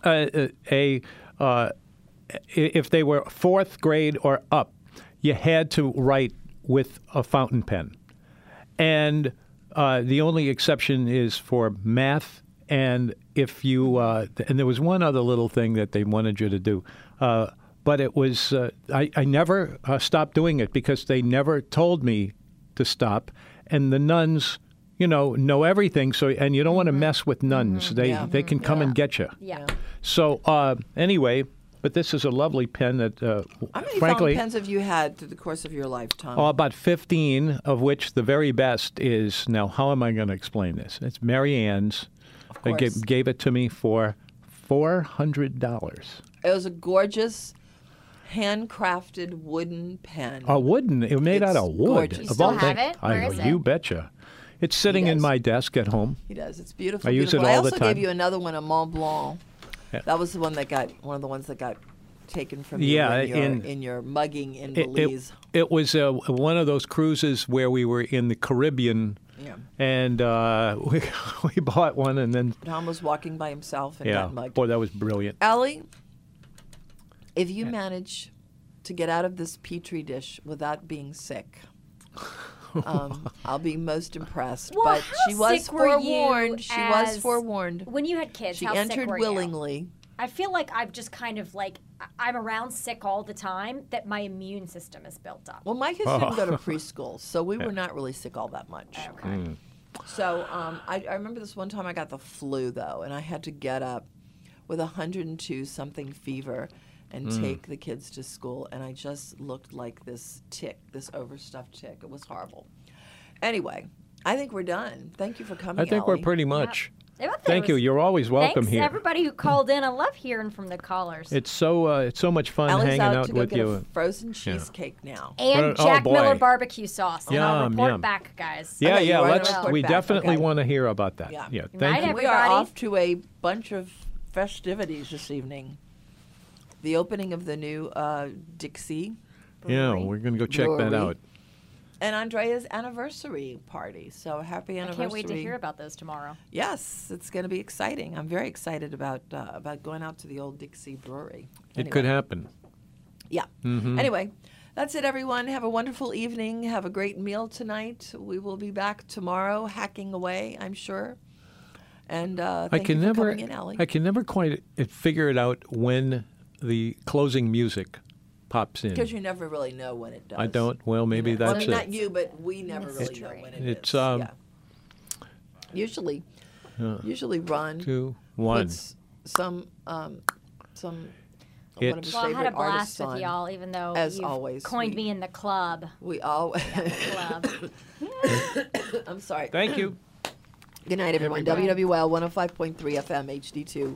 [SPEAKER 2] a, a uh, if they were fourth grade or up, you had to write with a fountain pen. And uh, the only exception is for math. And if you, uh, th- and there was one other little thing that they wanted you to do. Uh, but it was, uh, I, I never uh, stopped doing it because they never told me to stop. And the nuns, you know, know everything. So, and you don't want to mess with nuns. They, they can come and get you.
[SPEAKER 4] Yeah.
[SPEAKER 2] So uh, anyway, but this is a lovely pen that, uh,
[SPEAKER 3] How many fountain
[SPEAKER 2] frankly,
[SPEAKER 3] pens have you had through the course of your life, Tom?
[SPEAKER 2] oh, about 15, of which the very best is now. How am I going to explain this? It's Mary Ann's. They
[SPEAKER 3] course.
[SPEAKER 2] gave, gave it to me for four hundred dollars.
[SPEAKER 3] It was a gorgeous, handcrafted wooden pen.
[SPEAKER 2] A wooden. It was made out
[SPEAKER 3] It's
[SPEAKER 2] of wood.
[SPEAKER 3] gorgeous. You
[SPEAKER 2] of
[SPEAKER 4] still
[SPEAKER 2] all
[SPEAKER 4] have
[SPEAKER 2] things.
[SPEAKER 4] it? Where
[SPEAKER 2] I,
[SPEAKER 4] is
[SPEAKER 2] You
[SPEAKER 4] it?
[SPEAKER 2] betcha. It's sitting in
[SPEAKER 3] does.
[SPEAKER 2] my desk at home.
[SPEAKER 3] He does. It's beautiful.
[SPEAKER 2] I use it
[SPEAKER 3] beautiful. I
[SPEAKER 2] all the
[SPEAKER 3] also
[SPEAKER 2] time.
[SPEAKER 3] gave you another one, a Mont Blanc. That was the one that got one of the ones that got taken from you
[SPEAKER 2] Yeah,
[SPEAKER 3] in, your,
[SPEAKER 2] in-
[SPEAKER 3] in your mugging in
[SPEAKER 2] it, it-
[SPEAKER 3] Belize.
[SPEAKER 2] it was uh, one of those cruises where we were in the Caribbean,
[SPEAKER 3] Yeah.
[SPEAKER 2] and uh, we, we bought one, and then
[SPEAKER 3] Tom was walking by himself and
[SPEAKER 2] yeah,
[SPEAKER 3] got mugged.
[SPEAKER 2] boy, that was brilliant.
[SPEAKER 3] Allie, if you manage to get out of this petri dish without being sick, um, I'll be most impressed.
[SPEAKER 4] Well,
[SPEAKER 3] but
[SPEAKER 4] how
[SPEAKER 3] she was
[SPEAKER 4] sick were you
[SPEAKER 3] forewarned. She was
[SPEAKER 4] as-
[SPEAKER 3] forewarned.
[SPEAKER 4] When you had kids,
[SPEAKER 3] She
[SPEAKER 4] how sick
[SPEAKER 3] entered
[SPEAKER 4] were you?
[SPEAKER 3] willingly.
[SPEAKER 4] I feel like I've just kind of like I- I'm around sick all the time that my immune system is built up.
[SPEAKER 3] Well, my kids didn't
[SPEAKER 2] Oh.
[SPEAKER 3] go to preschool, so we were not really sick all that much.
[SPEAKER 4] okay.
[SPEAKER 2] Hmm.
[SPEAKER 3] So um, I, I remember this one time I got the flu though, and I had to get up with a 102 something fever and
[SPEAKER 2] Hmm.
[SPEAKER 3] take the kids to school, and I just looked like this tick, this overstuffed tick. It was horrible. Anyway, I think we're done. Thank you for coming.
[SPEAKER 2] I think we're
[SPEAKER 3] Ally.
[SPEAKER 2] pretty much.
[SPEAKER 4] Yeah, but
[SPEAKER 2] Thank
[SPEAKER 4] there
[SPEAKER 2] you.
[SPEAKER 4] was-
[SPEAKER 2] You're always welcome
[SPEAKER 4] Thanks
[SPEAKER 2] here.
[SPEAKER 4] to everybody who called in. I love hearing from the callers.
[SPEAKER 2] It's so uh, it's so much fun
[SPEAKER 3] Ally's
[SPEAKER 2] hanging
[SPEAKER 3] out,
[SPEAKER 2] out
[SPEAKER 3] to go
[SPEAKER 2] with
[SPEAKER 3] get a
[SPEAKER 2] you.
[SPEAKER 3] frozen cheesecake now.
[SPEAKER 4] and
[SPEAKER 2] Oh,
[SPEAKER 4] Jack
[SPEAKER 2] boy.
[SPEAKER 4] Miller barbecue sauce. and I'll
[SPEAKER 2] Yum,
[SPEAKER 4] report
[SPEAKER 2] yum.
[SPEAKER 4] back, guys.
[SPEAKER 2] yeah,
[SPEAKER 3] Okay,
[SPEAKER 2] yeah.
[SPEAKER 3] you are
[SPEAKER 2] Let's.
[SPEAKER 3] gonna
[SPEAKER 2] We
[SPEAKER 3] report back.
[SPEAKER 2] definitely
[SPEAKER 3] Okay.
[SPEAKER 2] want to hear about that.
[SPEAKER 3] Yeah.
[SPEAKER 2] Yeah.
[SPEAKER 4] Night,
[SPEAKER 2] Thank you.
[SPEAKER 3] We are
[SPEAKER 4] everybody.
[SPEAKER 3] off to a bunch of festivities this evening. The opening of the new uh, Dixie.
[SPEAKER 2] Yeah,
[SPEAKER 3] Brewery.
[SPEAKER 2] we're gonna go check that
[SPEAKER 3] Brewery.
[SPEAKER 2] out.
[SPEAKER 3] and Andrea's anniversary party. So happy
[SPEAKER 4] I
[SPEAKER 3] anniversary!
[SPEAKER 4] can't wait to hear about those tomorrow.
[SPEAKER 3] Yes, it's going to be exciting. I'm very excited about uh, about going out to the old Dixie Brewery.
[SPEAKER 2] It could mm-hmm.
[SPEAKER 3] Anyway,
[SPEAKER 2] happen.
[SPEAKER 3] Yeah. Anyway, that's it, everyone. Have a wonderful evening. Have a great meal tonight. We will be back tomorrow, hacking away. I'm sure. And uh,
[SPEAKER 2] I
[SPEAKER 3] thank
[SPEAKER 2] can
[SPEAKER 3] you for
[SPEAKER 2] never.
[SPEAKER 3] coming in, Allie.
[SPEAKER 2] I can never quite uh, figure it out when the closing music pops in.
[SPEAKER 3] because you never really know when it does.
[SPEAKER 2] I don't. Well, maybe
[SPEAKER 3] Well, I
[SPEAKER 2] that's
[SPEAKER 3] mean,
[SPEAKER 2] it.
[SPEAKER 3] not you, but we never really know
[SPEAKER 4] true.
[SPEAKER 3] when it
[SPEAKER 2] It's,
[SPEAKER 3] is.
[SPEAKER 2] um,
[SPEAKER 3] yeah. Usually, usually Ron
[SPEAKER 2] Two, one.
[SPEAKER 3] puts some um, some one of
[SPEAKER 2] It's
[SPEAKER 3] his
[SPEAKER 4] Well, I had a blast
[SPEAKER 3] favorite artists
[SPEAKER 4] with
[SPEAKER 3] on.
[SPEAKER 4] y'all, even though
[SPEAKER 3] As
[SPEAKER 4] you've
[SPEAKER 3] always,
[SPEAKER 4] coined
[SPEAKER 3] we-
[SPEAKER 4] me in the club.
[SPEAKER 3] We all.
[SPEAKER 4] Club.
[SPEAKER 3] I'm sorry.
[SPEAKER 2] Thank you.
[SPEAKER 3] Good night, everyone. WWL 105.3 FM HD2.